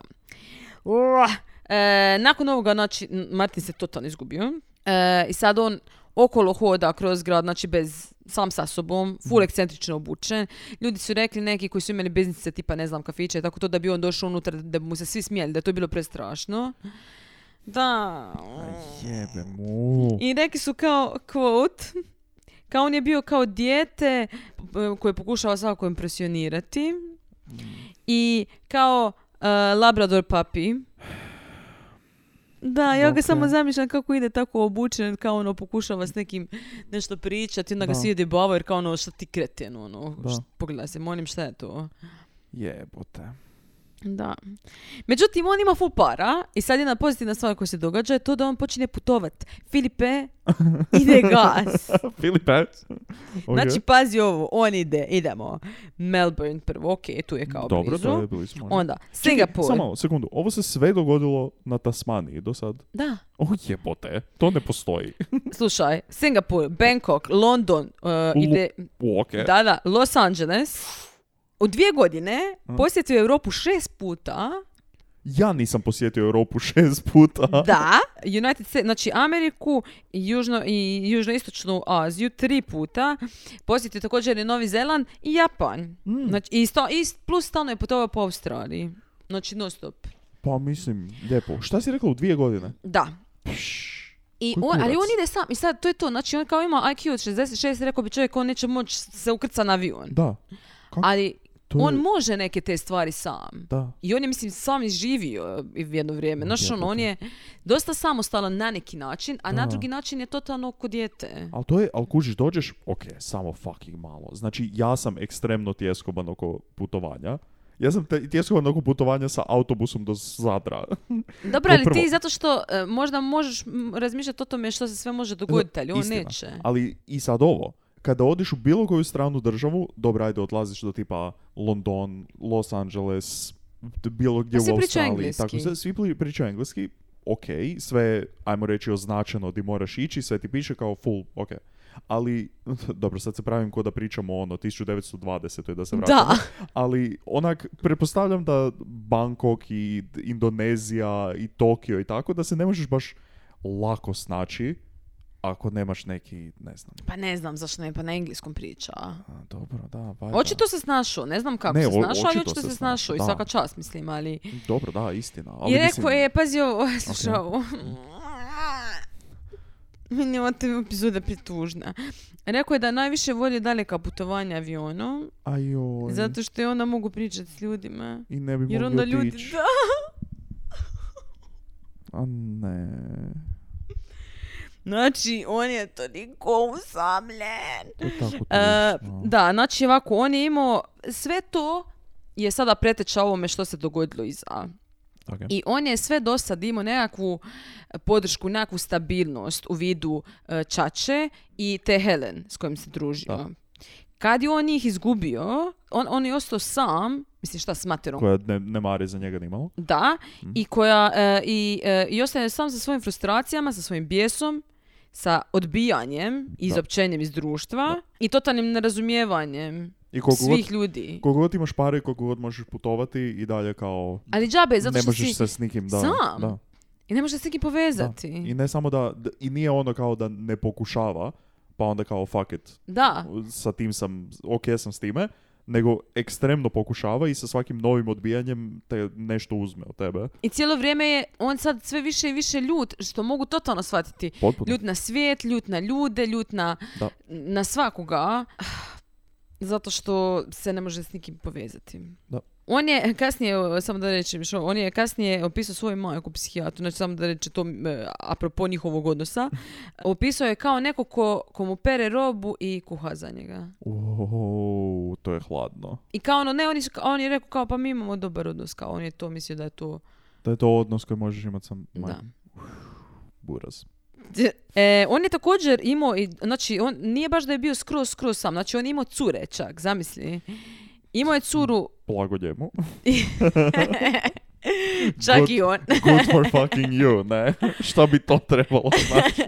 Uah. E, nakon ovoga, znači, m, Martin se totalno izgubio. E, I sad on okolo hoda kroz grad, znači bez, sam sa sobom,
Mm.
full ekscentrično obučen. Ljudi su rekli neki koji su imali biznise tipa, ne znam, kafiće, i tako to da bi on došao unutra, da bi mu se svi smijeli, da je to bilo prestrašno. Da.
Jebe mu.
I neki su kao quote, kao on je bio kao dijete p- koje pokušava svako impresionirati i kao e, Labrador papi. Da, ja ga
Ok.
samo zamišljam kako ide tako obučen, kao ono pokušava s nekim nešto pričati, onda ga
Da.
svi ide bavo jer kao ono šta ti kreten, ono,
Da.
št- pogledaj se, molim šta je to.
Jebote.
Da. Međutim, on ima full para i sad jedna pozitivna stvar koja se događa je to da on počinje putovat.
(laughs)
Filipe, ide gas.
Filipe.
(laughs) Znači, pazi ovo, on ide, idemo. Melbourne prvo, ok, tu je kao
Dobro,
blizu.
da je bili smo.
Onda,
Čekaj,
Singapur.
Samo malo, sekundu. Ovo se sve dogodilo na Tasmaniji do sad.
Da,
O jebote, to ne postoji.
slušaj, Singapur, Bangkok, London, uh, ide,
O, okej.
da, da, Los Angeles. U dvije godine
Mm.
posjetio je Europu šest puta.
Ja nisam posjetio Europu (laughs) šest puta.
Da, United States, znači Ameriku i južno i južnoistočnu Aziju tri puta. Posjetio također i Novi Zeland i Japan.
Hmm.
Znači, i, sta- i plus stalno je putovao po Australiji. Znači non stop.
Pa mislim, lijepo. Šta si rekla u dvije godine?
Da. I
Koji
on, ali
kurac?
on ide sam, i sad to je to, znači on kao ima IQ od 66, rekao bi čovjek on neće moći se ukrca na avion.
Da. Kako
Ali
To
on
je...
može neke te stvari sam.
Da.
I on je, mislim, sam izživio e, i jedno vrijeme. Znaš, ono,
Jebote.
on je dosta samostalan na neki način, a na
Da.
drugi način je totalno oko dijete.
Ali to je, ali kužiš, dođeš, ok, samo fucking malo. Znači, ja sam ekstremno tjeskoban oko putovanja. Ja sam te- tjeskoban oko putovanja sa autobusom do Zadra.
Dobro,
To
ali
prvo.
ti zato što e, možda možeš m, razmišljati o tome što se sve može dogoditi, ali on
Istina.
neće.
Ali i sad ovo, kada odeš u bilo koju stranu državu, dobro, ajde, odlaziš do tipa London, Los Angeles, d- bilo gdje
Pa svi
u
pričaju
Australiji. Tako,
engleski.
sve- svi pli- pričaju engleski, ok, sve, je, ajmo reći, označeno di moraš ići, sve ti piše kao full, ok. Ali, (laughs) dobro, sad se pravim ko da pričamo ono 1920. da se vratimo.
Da.
Ali, onak, pretpostavljam da Bangkok i d- Indonezija i Tokio i tako, da se ne možeš baš lako snaći ako nemaš neki, ne znam,
Pa ne znam zašto ne, pa na engleskom priča.
a, Pa dobro, da, valjda.
Očito se snašao, ne znam kako
Ne,
se
o-
snašao, ali
očito
očito
se
se snašao i
snašao,
svaka
da.
čast, mislim, ali...
Dobro, da, istina. Ali
I rekao
mislim,
je, pazi ovo, slušaj ovo. Meni je ova te epizoda pretužna. Rekao je da najviše voli daleka putovanja avionom,
Ajoj,
zato što je onda mogu pričati s ljudima.
i ne bi
Jer
mogli
onda ljudi,
otići.
da.
A ne.
(laughs) Znači, on je toliko usamljen.
To je tako
(laughs) E,
tužno.
da, znači ovako, on je imao, sve to je sada preteča ovome što se dogodilo iza.
Okej.
I on je sve do sad imao nekakvu e, podršku, nekakvu stabilnost u vidu e, Čače i te Helen s kojim se družio.
Da.
Kad je on njih izgubio, on, on je ostao sam, mislim šta s materom,
Koja Mhm. ne, ne mari za njega nimalo.
da, i koja e, i, e, i ostaje sam sa svojim frustracijama, sa svojim bijesom, sa odbijanjem, izopćenjem iz društva i totalnim nerazumijevanjem
I koliko
svih
god,
ljudi.
koliko god imaš pare, koliko god možeš putovati i dalje kao...
Ali džabe, E, zato
ne
što
možeš
si...
se s nikim da,
sam
da,
I ne možeš se s nikim
da.
povezati.
I ne samo da, d- i nije ono kao da ne pokušava, pa onda kao fuck it,
Da.
sa tim sam, ok sam s time, nego ekstremno pokušava i sa svakim novim odbijanjem te nešto uzme od tebe.
I cijelo vrijeme je on sad sve više i više ljut, što mogu totalno shvatiti.
Potpuno.
Ljut na svijet, ljut na ljude, ljut na,
Da.
(sighs) na svakoga. Zato što se ne može s nikim povezati.
Da.
On je kasnije, samo da rečem, što, on je kasnije opisao svoju majku psihijatru, znači samo da reče to e, apropo njihovog
(laughs)
odnosa, opisao je kao neko ko, ko mu pere robu i kuha za njega.
Wow, to je hladno.
I kao ono, ne, on je, on je rekao kao pa mi imamo dobar odnos, kao on je to mislio da je to...
Da je to odnos koji možeš imati sa maj...
Da.
buraz.
E, on je također imao, i, znači on nije baš da je bio skroz, skroz sam, znači on je imao cure čak, zamisli. Imao je curu,
Blago njemu. (laughs)
čak
Good.
i on.
Good for fucking you, ne? (laughs) Šta bi to trebalo znači?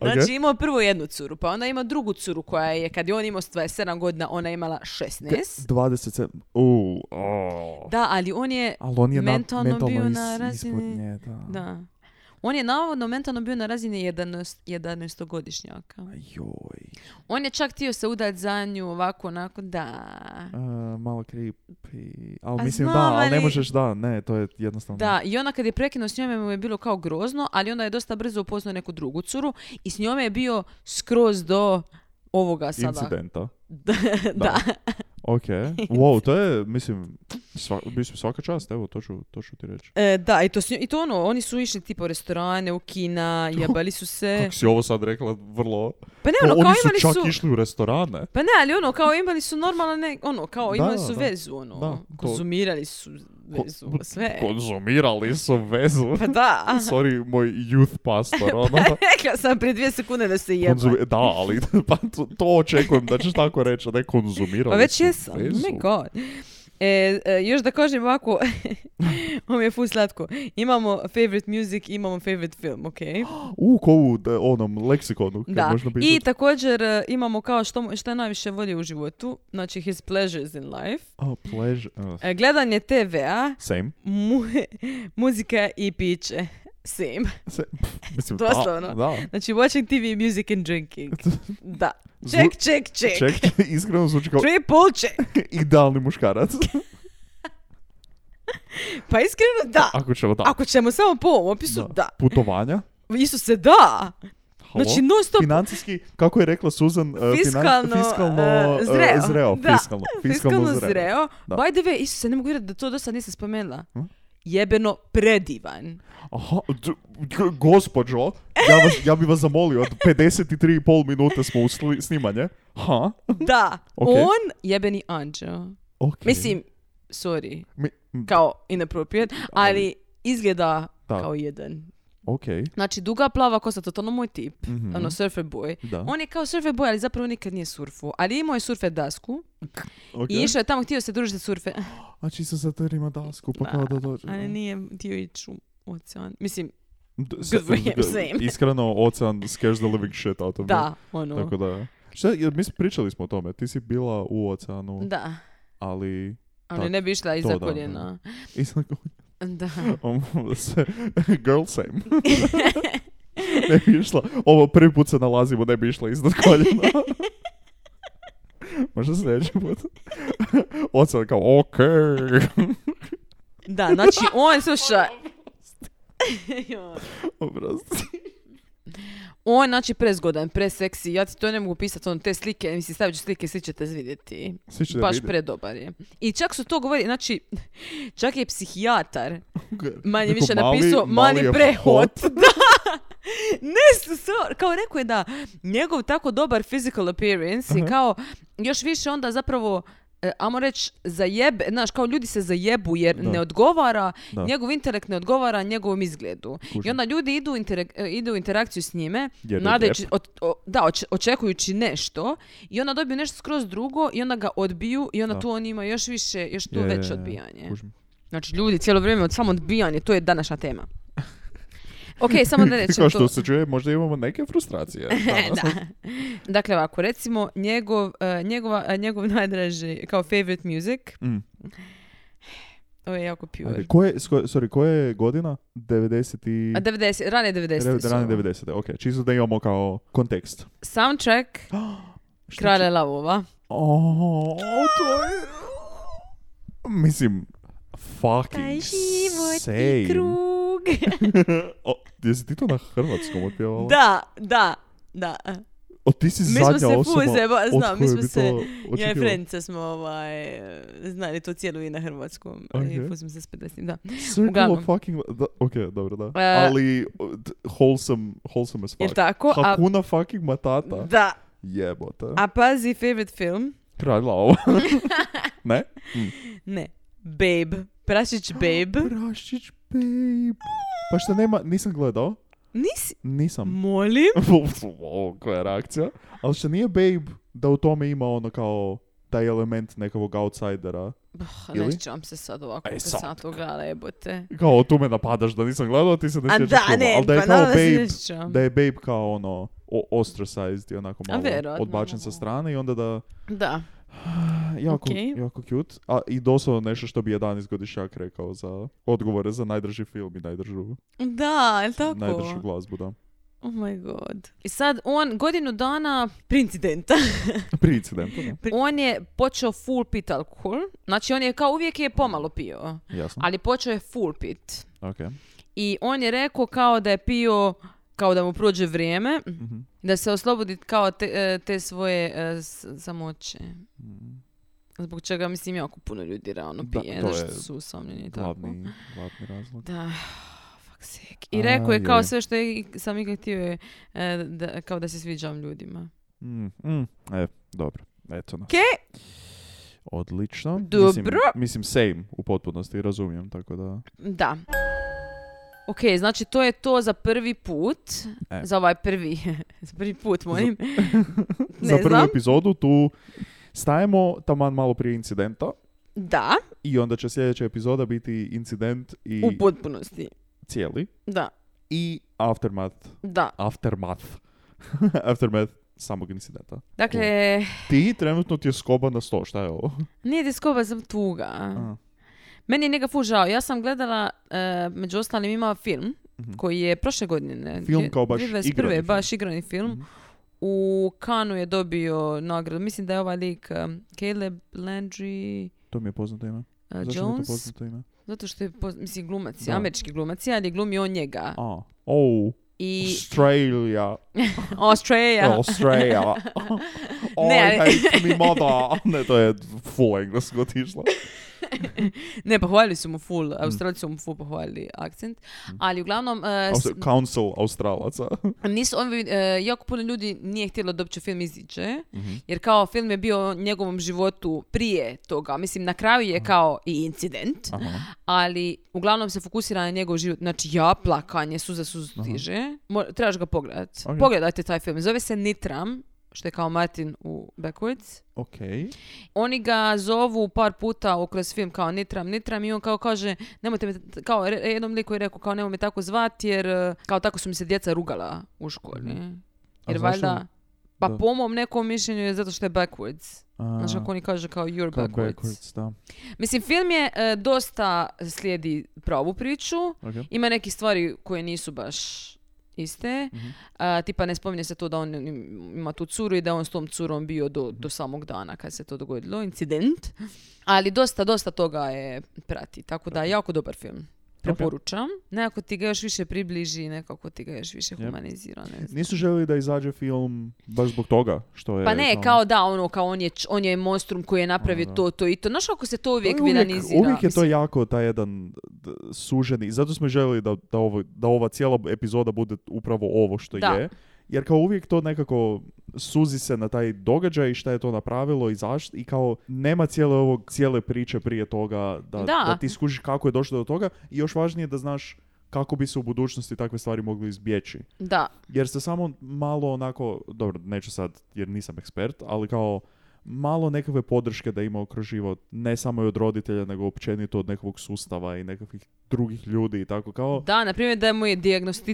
Ok.
Znači imao prvo jednu curu, pa onda ima drugu curu koja je, kad je on imao 27 godina, ona je imala 16.
27. Uuu. o.
Da, ali on je,
Ali on je na-
Mentalno
mentalno
bio
is-
na razini-
ispod nje, da.
da. On je navodno mentalno bio na razini 11, 11-godišnjaka.
Joj.
On je čak htio se udati za nju ovako, onako, da.
E, malo creepy. Ali
A
mislim
znam,
da, ali ne
ali-
možeš da, ne, to je jednostavno.
Da, i ona kad je prekinuo s njome mu je bilo kao grozno, ali onda je dosta brzo upoznao neku drugu curu i s njome je bio skroz do ovoga sada.
Incidenta.
(laughs) Da. (laughs)
Da. Ok. Wow, to je, mislim, sva, mislim svaka čast, evo, to ću, to ću ti reći.
E, da, i to, s njo- i to ono, oni su išli tipa u restorane, u kina, jebali su se.
Kako si ovo sad rekla, vrlo...
Pa ne, ono,
Oni
kao
su
imali
čak
su...
išli u restorane.
Pa ne, ali ono, kao imali su normalno, ne, ono, kao
Da,
imali su
da.
vezu, ono,
Da, to-
konzumirali su
Ko-
vezu, sve.
Konzumirali su vezu.
Pa da,
Sorry, moj youth pastor, ono.
(laughs) rekla sam prije dvije sekunde da se jeba.
Konzumi- da, ali (laughs) pa to, to očekujem da ćeš tako reći, a ne konzumirali
Pa već
su
jesam,
vezu.
my god. E, e, još da kažem ovako, (laughs) ovo mi je ful slatko. Imamo favorite music, imamo favorite film, ok?
U, ko u da, onom leksikonu, kad
Da.
možda bi
I također e, imamo kao što, mu- što je najviše volio u životu, znači his pleasures in life.
A, pleasure. uh,
E, gledanje TV-a,
same.
mu- (laughs) muzika i piće. Same.
Se, pff, mislim,
Doslovno.
Da, da.
Znači, watching TV, music and drinking. Da.
Zvu-
Check, check, check.
Ček, (laughs) iskreno zvuči kao
Triple check.
(laughs) idealni muškarac.
(laughs) Pa iskreno da.
Ako ćemo tako.
Ako ćemo samo po ovom opisu, da.
Putovanja.
Isuse, da.
Halo?
Znači, non stop
Financijski, kako je rekla Suzan, e, finan-
fiskalno,
fiskalno
e,
e,
zreo.
zreo,
Da. (laughs)
fiskalno, fiskalno, zreo. Da.
By the way, Isuse, ne mogu vjerati da to do sad nisam spomenula.
Hm?
Jebeno
(laughs)
predivan.
Aha, d- g- gospođo, ja, vas, ja bi vas zamolio, od 53,5 minute smo u sli- snimanje. Ha,
Da,
Ok.
on jebeni anđeo.
okej.
Mislim, sorry,
Mi, m,
kao inappropriate, ali izgleda
Da.
kao jedan.
okej. mhm,
Znači, duga plava kosa, totalno moj tip. Ono, surfer boy.
Da.
On je kao surfer boy, ali zapravo nikad nije surfu. Ali imao je surfer dasku i
okej.
išao je tamo, htio se družiti sa surfe.
A či se sad jer ima dasku, pa kao da dođe.
(laughs) Ali nije htio ići u ocean. Mislim,
D-
(laughs) good for him,
d-
same.
Iskreno, ocean scares the living shit out of me.
da, ono.
Tako da, šta, jer mi smo pričali smo o tome, ti si bila u oceanu,
Da,
ali...
ali
Tak,
ne bi išla
to
iza
da,
koljena.
I sad kao,
Da.
um, (laughs) se, girl same. ne bi išla, ovo prvi put se nalazimo, ne bi išla iznad koljena.
(laughs)
Možda sljedeći put. Ocean kao, okej.
(laughs)
(laughs)
Da, znači on, sluša...
Oprosti.
on, znači, prezgodan, preseksi, ja ti to ne mogu pisati, on, te slike, mislim, stavit ću slike, svi ćete vidjeti.
Svi će da
Baš
vide.
predobar je. I čak su to govori, znači, (laughs) čak je psihijatar manje
Rekao,
više
"Mali-
napisao,
mali
mani
je
prehot. (laughs) Da! Ne, su- su- kao rekao je da njegov tako dobar physical appearance i
Aha.
kao još više onda zapravo e, Amo reći, zajebe, znaš, kao ljudi se zajebu jer
Da.
ne odgovara,
Da.
njegov intelekt ne odgovara njegovom izgledu. I
Kužim.
onda ljudi idu, u interak- e, idu u interakciju s njime,
Jer je
nadajući, ot- o- da, oč- očekujući nešto i onda dobiju nešto skroz drugo i onda ga odbiju i onda
Da.
tu on ima još više, još tu
Je, je,
veće
je.
odbijanje.
Kužim.
Znači, ljudi, cijelo vrijeme od samo odbijanje, to je današnja
(laughs)
tema. Ok, samo da rečem
Kao
to.
što se čuje, možda imamo neke
(laughs)
frustracije.
Da. Dakle, ovako, recimo, njegov, eh, njegova, eh, njegov najdraži, kao favorite music,
Mm.
ovo je jako pure.
Ajde, koje, s koje- sorry, koje je godina? 90 i...
A 90, rane 90. su
Rane
ovo.
90. Ok, čisto da imamo kao kontekst. (gasps)
Soundtrack
Šta
Kralja Lavova.
O, to je... Mislim,
Taj
fucking
život i
(laughs) same.
krug.
O, jesi ti to na hrvatskom otpjevala?
da, da, da.
o, ti si
Mi smo
zadnja
se
osoba
ful zajeba-
od
znam, mi
koje
smo
bi
se-
to
Ja i
očekivao.
Frendica smo ovaj, eh, znali to cijelo i na hrvatskom.
Ok.
I ful smo se spredali s tim, da.
Circle
Uglavnom.
of fucking... li- Da, ok, dobro, da.
E,
Ali o, d- wholesome, wholesome as
Jel
fuck.
tako? A,
Hakuna fucking Matata.
da.
Jebote.
A pazi, favorite film?
Kradila
(laughs)
ovo. ne?
Ne. Babe.
(gasps)
Prašić Babe.
Prašić, babe. Pa šta nema, nisam gledao.
Nisi, Mm.
(laughs) Nisam.
molim?
Wow, koja je reakcija. Ali što nije babe da u tome ima ono kao taj element nekog outsidera.
Oh,
Ili?
ne sjećam se sad ovako
E,
kad
sad.
sam to gledala, jebote.
Kao tu me napadaš da nisam gledao, ti se ne
A
sjećaš
da,
filma.
ne,
Ali da je
pa
kao
naravno da se
babe,
ne sjećam.
da je babe kao ono o- ostracized i onako
A
malo
vjerojatno,
odbačen sa
ono.
strane i onda da
Da.
jako,
Okej.
jako cute. A i doslovno nešto što bi 11 godišnjak rekao za odgovore za najdrži film i najdržu,
Da, je li tako?
najdržu glazbu, da.
Oh my god. I sad on godinu dana prije incidenta,
Pri incidentu, da.
(laughs) on je počeo full pit alkohol. Znači on je kao uvijek je pomalo pio,
Jasno,
ali počeo je full pit.
okej.
I on je rekao kao da je pio, kao da mu prođe vrijeme,
Mhm.
da se oslobodi kao te, e, te svoje e, s- samoće. Zbog čega, mislim, jako puno ljudi realno
Da,
pije,
to
zato što
je
su usamljeni i tako.
Glavni, glavni razlog.
Da, fuck sake. I
A,
rekao je kao
joj.
sve što je sam ikad htio je, e, da, kao da se sviđam ljudima.
Mm, mm, E, dobro. Eto nas.
Okej.
Odlično. Mislim,
Dobro.
mislim, same u potpunosti, razumijem, tako da...
Da. Ok, znači to je to za prvi put.
E.
Za ovaj prvi, (laughs) za prvi put,
(laughs)
molim. ne
Za prvu
znam.
epizodu tu stajemo taman malo prije incidenta
Da,
i onda će sljedeća epizoda biti incident i
u potpunosti.
cijeli
Da,
i aftermath,
da.
aftermath, (laughs) aftermath samog incidenta.
Dakle,
Ti trenutno ti je skoba na 100, šta je ovo? (laughs)
nije diskoba za tuga.
A,
Meni je njega ful žao. Ja sam gledala, e, među ostalim ima film koji je prošle godine. ne,
Mhm. Film
dvije-
kao baš
2021.
igrani film. Mhm.
baš igrani film. U Kanu je dobio nagradu. Mislim da je ovaj lik um, Caleb Landry
to mi je poznato ime.
uh,
Zašto mi je to
Jones.
poznato ime?
Zato što je, poz- mislim, glumac,
Da.
je, američki glumac, je, ali glumi on njega.
A, oh,
I
Australia. (laughs)
Australia. (laughs)
Australia. oh,
Ne,
ne,
ali-
hate me mother. (laughs) Ne, to je full englesko otišlo.
Ne, pohvalili su mu
Mhm.
full, Australci su mu full pohvalili akcent. Ali uglavnom, e, s-
Aus- Council
(laughs)
Australaca.
nisu, on, bi- e, jako puno ljudi nije htjelo da uopće film iziđe.
Mhm.
Jer kao film je bio o njegovom životu prije toga. Mislim, na kraju
Mhm.
je kao i incident.
Aha.
ali uglavnom se fokusira na njegov život. Znači ja, plakanje, suza suzu stiže. Mo- trebaš ga pogledat.
Mhm. Ok.
Pogledajte taj film. Zove se Nitram, što je kao Martin u Backwards.
Ok.
Oni ga zovu par puta u- kroz film kao Nitram, Nitram i on kao kaže, nemojte me, t- kao re- jednom liku je rekao kao nemoj me tako zvat jer e, kao tako su mi se djeca rugala u školi. Jer
zašto?
valjda, pa
Da.
po mom nekom mišljenju je zato što je backwards. Znači ako oni kažu kao you're
Kao
backwards.
backwards, da.
Mislim, film je e, dosta slijedi pravu priču.
Ok.
Ima neki stvari koje nisu baš iste.
Mhm.
A, tipa ne spominje se to da on im- ima tu curu i da je on s tom curom bio do, do samog dana kad se to dogodilo, incident. Ali dosta, dosta toga je prati. Tako da, jako dobar film. Preporučam. Nekako ti ga još više približi, nekako ti ga još više
Yep.
humanizira. ne znam.
Nisu željeli da izađe film baš zbog toga što je...
Pa ne, kao da, ono, kao on je, č- on je monstrum koji je napravio
Ono, da.
to, to i to. Znaš kako se to
To je
uvijek, vilanizira?
Uvijek je to
Mislim,
jako taj jedan d- suženi. Zato smo i željeli da, da, ovo, da ova cijela epizoda bude upravo ovo što
Da.
je. Jer kao uvijek to nekako suzi se na taj događaj i šta je to napravilo i zašto. I kao nema cijele ovog, cijele priče prije toga da,
Da.
da ti skužiš kako je došlo do toga. I još važnije da znaš kako bi se u budućnosti takve stvari mogli izbjeći.
Da,
Jer se samo malo onako, dobro, neću sad jer nisam ekspert, ali kao malo nekakve podrške da ima kroz život, ne samo i od roditelja, nego općenito od nekakvog sustava i nekakvih drugih ljudi i tako kao,
da, na primjer da mu je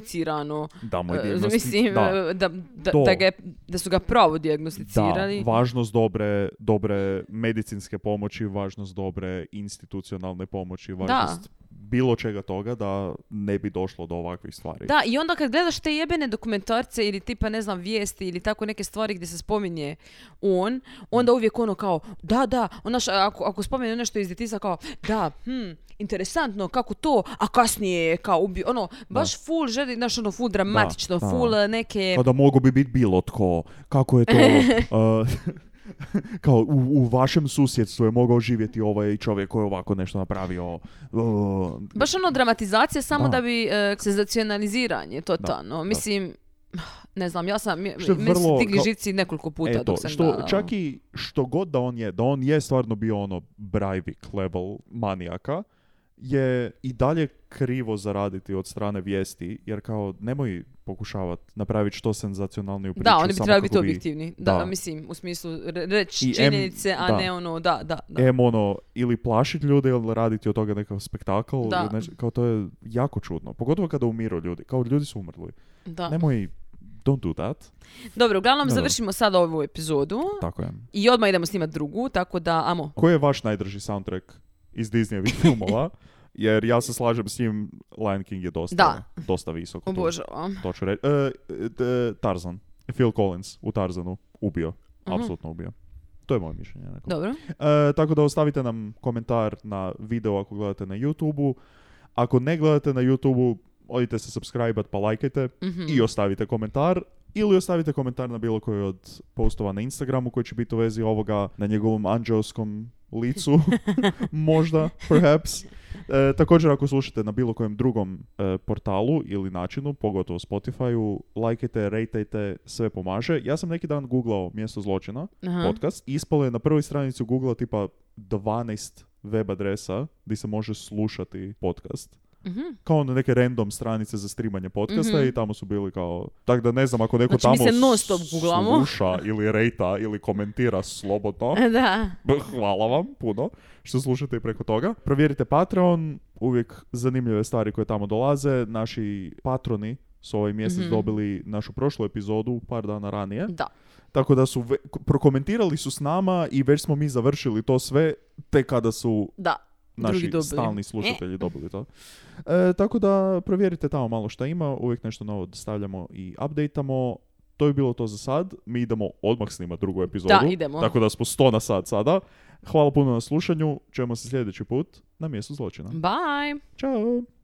dijagnosticirano
da moj
E,
dijagnosti-
Mislim,
da,
e, da, da,
To.
da, ga je- da su ga pravo
da,
dijagnosticirali.
važnost dobre, dobre medicinske pomoći, važnost dobre institucionalne pomoći, važnost bilo čega toga da ne bi došlo do ovakvih stvari.
Da, i onda kad gledaš te jebene dokumentarce ili tipa, ne znam, vijesti ili tako neke stvari gdje se spominje on, onda uvijek ono kao, da, da, onaš, ako, ako spomene nešto iz djetinjstva kao, da, hm, interesantno, kako to, a kasnije je kao ubio, ono, baš full želi, znaš, ono, full dramatično,
da.
full eh, neke...
Kao Pa da mogu bi biti bilo tko. Kako je
(laughs)
to... uh, (laughs) kao u, u vašem susjedstvu je mogao živjeti ovaj čovjek koji je ovako nešto napravio. Uh,
Baš ono dramatizacija samo da,
Da.
bi e, senzacionaliziranje totalno. Mislim, (sighs) ne znam, ja sam, mi
Što je
meni su
vrlo
digli
kao-
živci nekoliko puta
Eto,
dok sam
što,
gledala.
čak i što god da on je, da on je stvarno bio ono Breivik level manijaka, je i dalje krivo zaraditi od strane vijesti, jer kao nemoj pokušavati napraviti što senzacionalniju priču.
Da, oni bi
samo
trebali
kako
biti objektivni. Da,
da.
mislim, u smislu re- reći
I em-
činjenice, a
da.
ne ono, da, da, da.
Em ono, ili plašiti ljude, ili raditi od toga nekakav spektakl, ili
Da.
neš- kao to je jako čudno. Pogotovo kada umiru ljudi, kao ljudi su umrli.
da.
Nemoj, don't do that.
Dobro, uglavnom
Da, da.
završimo sad ovu epizodu
Tako je.
i odmah idemo snimati drugu, tako da, amo.
Koji je vaš najdrži soundtrack iz Disneyevih
(laughs)
filmova? Jer ja se slažem s njim, Lion King je dosta,
Da.
dosta visoko. tu.
Obožavam.
To ću reći. E, e, Tarzan. Phil Collins u Tarzanu ubio.
Mhm.
Apsolutno ubio. To je moje mišljenje. onako.
Dobro.
E, tako da ostavite nam komentar na video ako gledate na youtube Ako ne gledate na youtube odite se subscribe pa lajkajte
mhm,
i ostavite komentar. Ili ostavite komentar na bilo koji od postova na Instagramu koji će biti u vezi ovoga na njegovom anđeoskom licu. (laughs) Možda, perhaps. E, također ako slušate na bilo kojem drugom e, portalu ili načinu, pogotovo Spotify-u, lajkajte, rejtajte, sve pomaže. Ja sam neki dan googlao mjesto zločina
Aha.
podcast. Ispalo je na prvoj stranici Google tipa 12 web adresa di se može slušati podcast.
Mhm.
Kao ono neke random stranice za streamanje podcasta
Mhm.
i tamo su bili kao... Tako da ne znam ako neko
Znači, mi
tamo
se non stop googlamo. E.
sluša ili rejta ili komentira slobodno.
(laughs) Da.
Hvala vam puno što slušate i preko toga. Provjerite Patreon, uvijek zanimljive stvari koje tamo dolaze. Naši patroni su ovaj mjesec
Mhm.
dobili našu prošlu epizodu par dana ranije.
Da.
Tako da su, ve- k- prokomentirali su s nama i već smo mi završili to sve, te kada su
Da. Drugi
naši
dobili. E.
stalni slušatelji dobili to. E, tako da provjerite tamo malo šta ima, uvijek nešto novo stavljamo i updateamo. To je bilo to za sad, mi idemo odmah snimati drugu epizodu.
Da, idemo.
Tako da smo 100 na sat sada.
Mm.
Hvala puno na slušanju, čujemo se sljedeći put na mjestu zločina.
Bye.
Ćao!